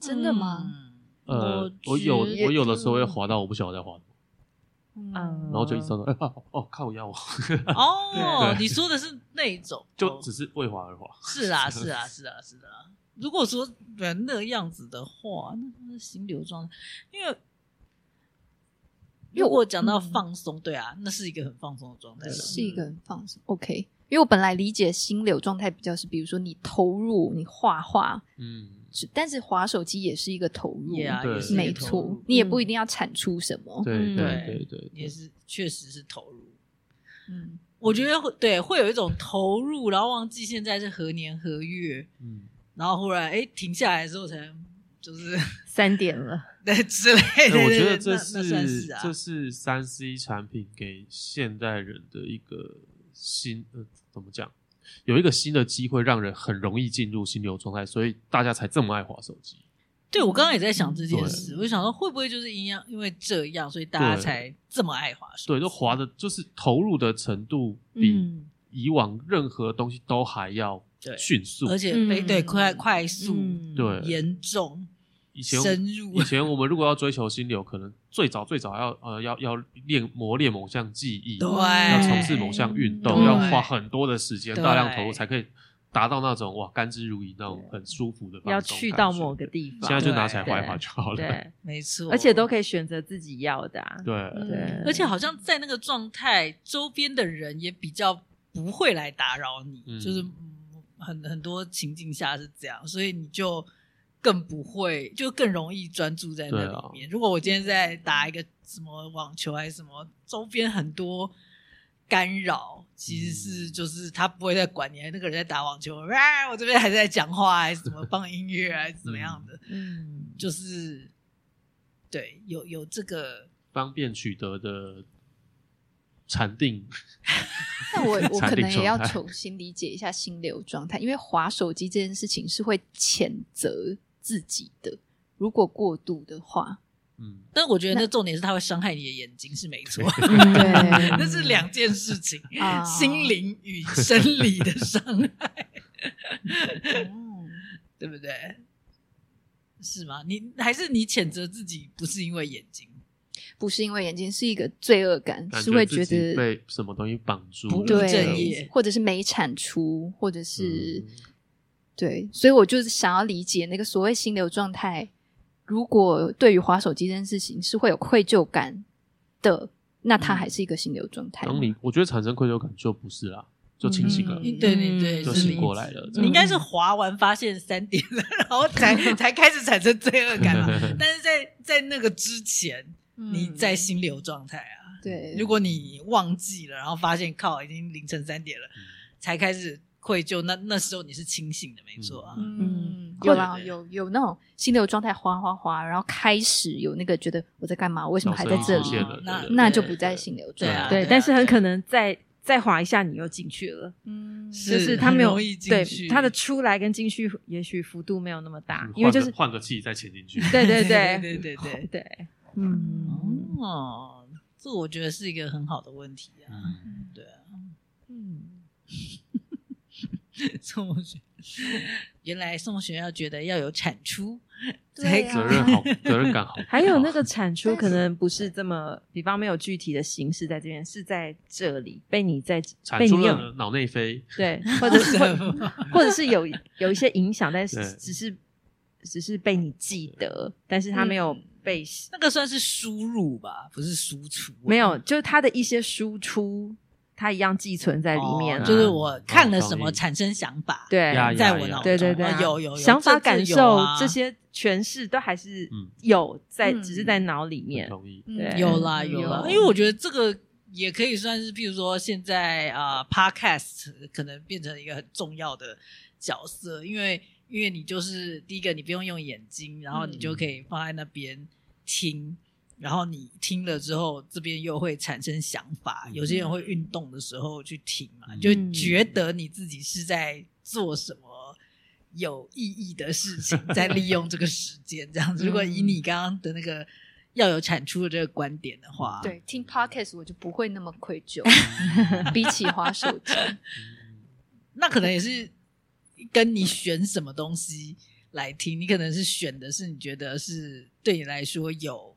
真的吗？
嗯？
呃，
我
我有
觉
我有的时候会滑到我不晓得在滑什么，
嗯
然后就一直到哎啊哦靠腰，
哦，
对
你说的是那一种，
就
哦
只是为滑而滑。
是 啦，是啦，是啊啦，是啦。如果说人那样子的话，那是心流状态，因为
因为
如
我
果讲到
嗯
放松，对啊，那是一个很放松的状态了。
是一个很放松，OK。因为我本来理解心流状态比较是，比如说你投入，你画画，
嗯，
只但是划手机也是一个投入
也啊，
对
也是一个
没
投入嗯
错，你也不一定要产出什么，
对
嗯
对对对，
也是确实是投入。
嗯，
我觉得会对，会有一种投入，然后忘记现在是何年何月，
嗯，
然后忽然哎停下来的时候才就是
三点了，
对之类的。
哎我觉得
对对
这
那那算是啊，
这是三 C 产品给现代人的一个新呃怎么讲，有一个新的机会让人很容易进入心流状态，所以大家才这么爱滑手机。
对，我刚刚也在想这件
嗯对
事，我就想说会不会就是因样，因为这样，所以大家
对
才这么爱滑手
对，就滑的就是投入的程度比
嗯，
以往任何东西都还要
对
迅速。
而且非
嗯
对快快速、
嗯
对
严重、
以前
深入
以，前我们如果要追求心流，可能最早最早要呃要要练磨练某项技艺，
对，
要从事某项运动，
对
要花很多的时间，
对
大量投入，才可以达到那种哇甘之如饴那种很舒服的放松
要去到
感觉
某个地方，
现在就拿起来画一画
对
就好了。
对，
没错，
而且都可以选择自己要的啊，
对，
嗯
对
嗯而且好像在那个状态，周边的人也比较不会来打扰你，
嗯
就是嗯很很多情境下是这样，所以你就更不会，就更容易专注在那里面。如果我今天在打一个什么网球还是什么，周边很多干扰，其实是就是他不会再管你，那个人在打网球，啊，我这边还在讲话还是什么放音乐还是怎么样的，
嗯，
就是对，有有这个
方便取得的禅定，
那我我
产
可
品
能也要
状态
重新理解一下心流状态，因为划手机这件事情是会谴责自己的，如果过度的话，
嗯，
但我觉得那重点是它会伤害你的眼睛，是没错，
嗯
对
那是两件事情，
啊
心灵与生理的伤害，
嗯
对不对？是吗？你还是你谴责自己不是因为眼睛，
不是因为眼睛是一个罪恶感，
感
是会
自
觉
己
得
被什么东西绑住了，嗯
不务正业
对，或者是没产出，或者是、对，所以我就是想要理解那个所谓心流状态，如果对于划手机这件事情是会有愧疚感的，那它还是一个心流状态吗。
当你我觉得产生愧疚感就不是啦，就清醒了，
嗯
对对对，
就是醒
你
过来了。这样
你应该是划完发现三点了，然后才才开始产生罪恶感 嘛。
嗯
但是在在那个之前，嗯
嗯
你在心流状态啊。
对，
如果你忘记了，然后发现靠已经凌晨三点了，才开始愧疚，那那时候你是清醒的，没错啊。
嗯
嗯，
有
或者
啦，有有那种心流状态，哗哗哗，然后开始有那个觉得我在干嘛，为什么还在
脑
这
神经出现
里，
了对
那
对
那就不在心流状
对啊
态。
对，但是很可能再再滑一下，你又进去了，
嗯，
是
就是他没有
很容易进
对
去
他的出来跟进去，也许幅度没有那么大
嗯，
因为就
换
是
个换个气再潜进去，
对对
对
对
对对对，
对，嗯，
哦，这我觉得是一个很好的问题啊。
嗯
对啊，嗯，
嗯
宋学，原来宋学要觉得要有产出，
对
责
啊，
任 好，责任感好，
还有那个产出
但是
可能不是这么，比方没有具体的形式在这边，是在这里被你在
产
被
出
你用
了脑内啡，
对，或者 是
什
或者是有有一些影响，但是
对
只是只是被你记得，但是他没有
嗯
被、
那个算是输入吧，不是输出啊、
没有，就是他的一些输出，他一样寄存在里面、
哦
啊
就是我看了
同意
什么产生想法，
对
呀
在我脑中，
对对对、
啊有有有
想法、
这
感
这
受
有啊
这些诠释都还是
嗯
有在，
嗯
只是在脑里面。
同意。
嗯
对
有啦有啦，因为
为
我觉得这个也可以算是，譬如说现在啊、p o d c a s t 可能变成一个很重要的角色，因为因为你就是第一个，你不用用眼睛，然后你就可以放在那边听。然后你听了之后，这边又会产生想法。
嗯
有些人会运动的时候去听嘛，就
嗯
觉得你自己是在做什么有意义的事情，在利用这个时间这样子。如果以你刚刚的那个要有产出的这个观点的话，
对听 podcast 我就不会那么愧疚，
嗯
嗯
比起划手 机，
那可能也是跟你选什么东西来听，你可能是选的是你觉得是对你来说有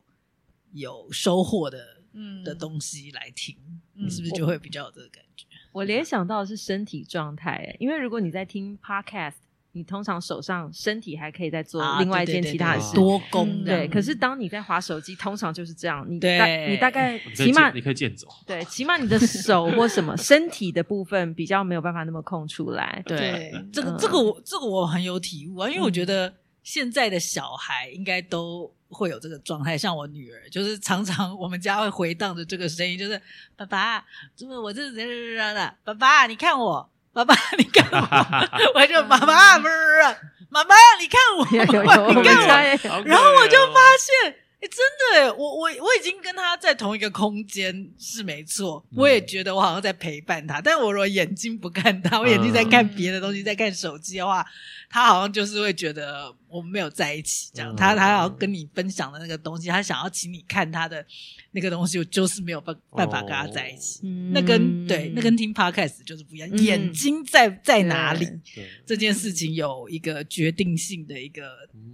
有收获的
嗯
的东西来听，
嗯
你是不是就会比较有这个感觉？
我联想到的是身体状态、欸因为如果你在听 podcast，你通常手上身体还可以再做
啊
另外一
对
件
对对
其他的
对
事。
多功
嗯对，
的，嗯
可是当你在划手机，通常就是这样，你
对
大你大概
你可以
起码
健你可以 健走，
对，起码你的手或什么身体的部分比较没有办法那么空出来。
对
对
这个
嗯
这个我这个我很有体悟啊，因为我觉得现在的小孩应该都会有这个状态，像我女儿，就是常常我们家会回荡着这个声音，就是爸爸，怎么我这人人人了，爸爸你看我，爸爸你看我，我就妈妈不是妈妈你看我，
有有
妈
有，
妈
我
你
们
看我
家，也有。
然后我就
哦啊
发现，哎、真的耶，我我我已经跟他在同一个空间是没错，
嗯
我也觉得我好像在陪伴他，但我如果眼睛不看他，我眼睛在看别的东西，在看手机的话，他好像就是会觉得我们没有在一起这样。
嗯
他他要跟你分享的那个东西，他想要请你看他的那个东西，我就是没有办办法跟他在一起。那跟对，那跟听 podcast 就是不一样，
哦嗯
眼睛在在哪里
对
对
这件事情有一个决定性的一个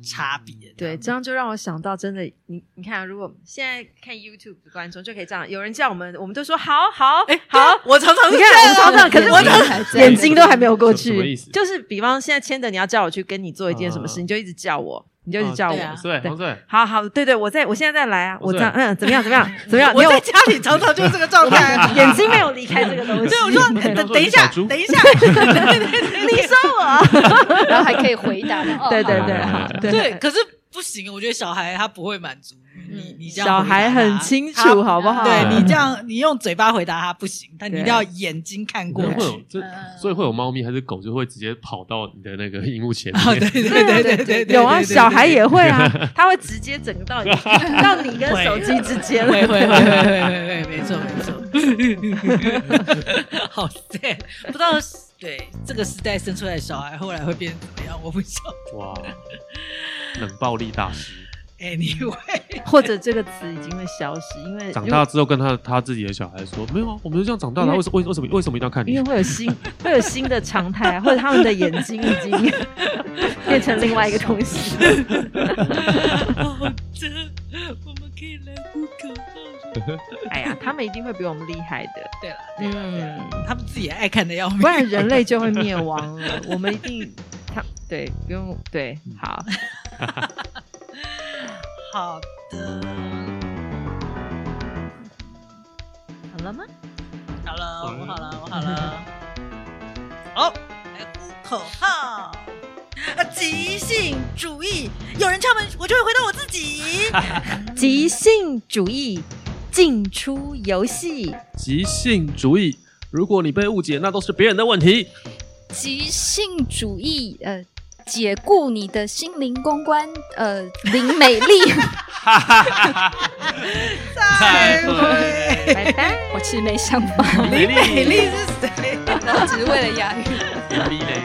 差别。
对，这样就让我想到，真的，你你看啊，如果现在看 YouTube 的观众就可以这样，有人叫我们，我们都说好好
哎，
好，
我常常
你
是
看我们常
这样啊
常，可是
眼
我
睛
常
还在
眼睛都还没有过
什么
去
意思，
就是比方现在牵着你要叫我去跟你做一件什么事，
嗯
你就一直叫我，你就一直叫我。
对啊
对黄队，
好好，对对，我在我现在再来啊，
不
哦我
是
这样，嗯，怎么样，怎么 样，怎么样？
我
没有
在家里常常就是这个状态 啊。
眼睛没有离开这个东西，
对，我说
对
等等一下
小，猪
等一下，
你说我，
然后还可以回答。 哦
对对
哎
对，
哎
好
哎，
对，可是不行，我觉得小孩他不会满足你你，你这
嗯
样
小
回答他
孩很清
他
楚，好不好？
对
嗯
你这样，你用嘴巴回答他不行，但你一定
对
要眼睛看过
会有啊
去。
这
嗯，
所以会有猫咪还是狗就会直接跑到你的那个荧幕前
哦
啊，对
面。
对对对对对，
有啊，
对对
小孩也会啊，他会直接整个到你到你跟手机之间，
会会会会会会，没错 没错。好 sad，不知道对这个时代生出来的小孩后来会变成怎么样，我不晓得。
哇，冷暴力大师，
Anyway，
或者这个词已经会消失，因为
长
如果
大之后跟他他自己的小孩说，没有啊，我们就这样长大
因
的，
为
为什为为什么为什么一定要看你
因为？会有新会有新的常态啊，或者他们的眼睛已经 变成另外一个东西。
好的，我们可以来呼口号了。
哎呀，他们一定会比我们厉害的，
对了，对了对了，
嗯，
他们自己也爱看的要命
不。然人类就会灭亡了。我们一定，他对，不用对，好，
好的，
好了吗？
好了，我好了，我好 了。好，来呼口号。啊即兴主义，有人敲门，我就会回到我自 己。
即兴主义进出游戏，
即兴主义，如果你被误解，那都是别人的问题。
即兴主义，呃，解雇你的心灵公关，呃，林美丽，
再会。
拜拜。
我其实没想法，
美丽
美丽是谁？
然后只是为了押韵。
美丽嘞。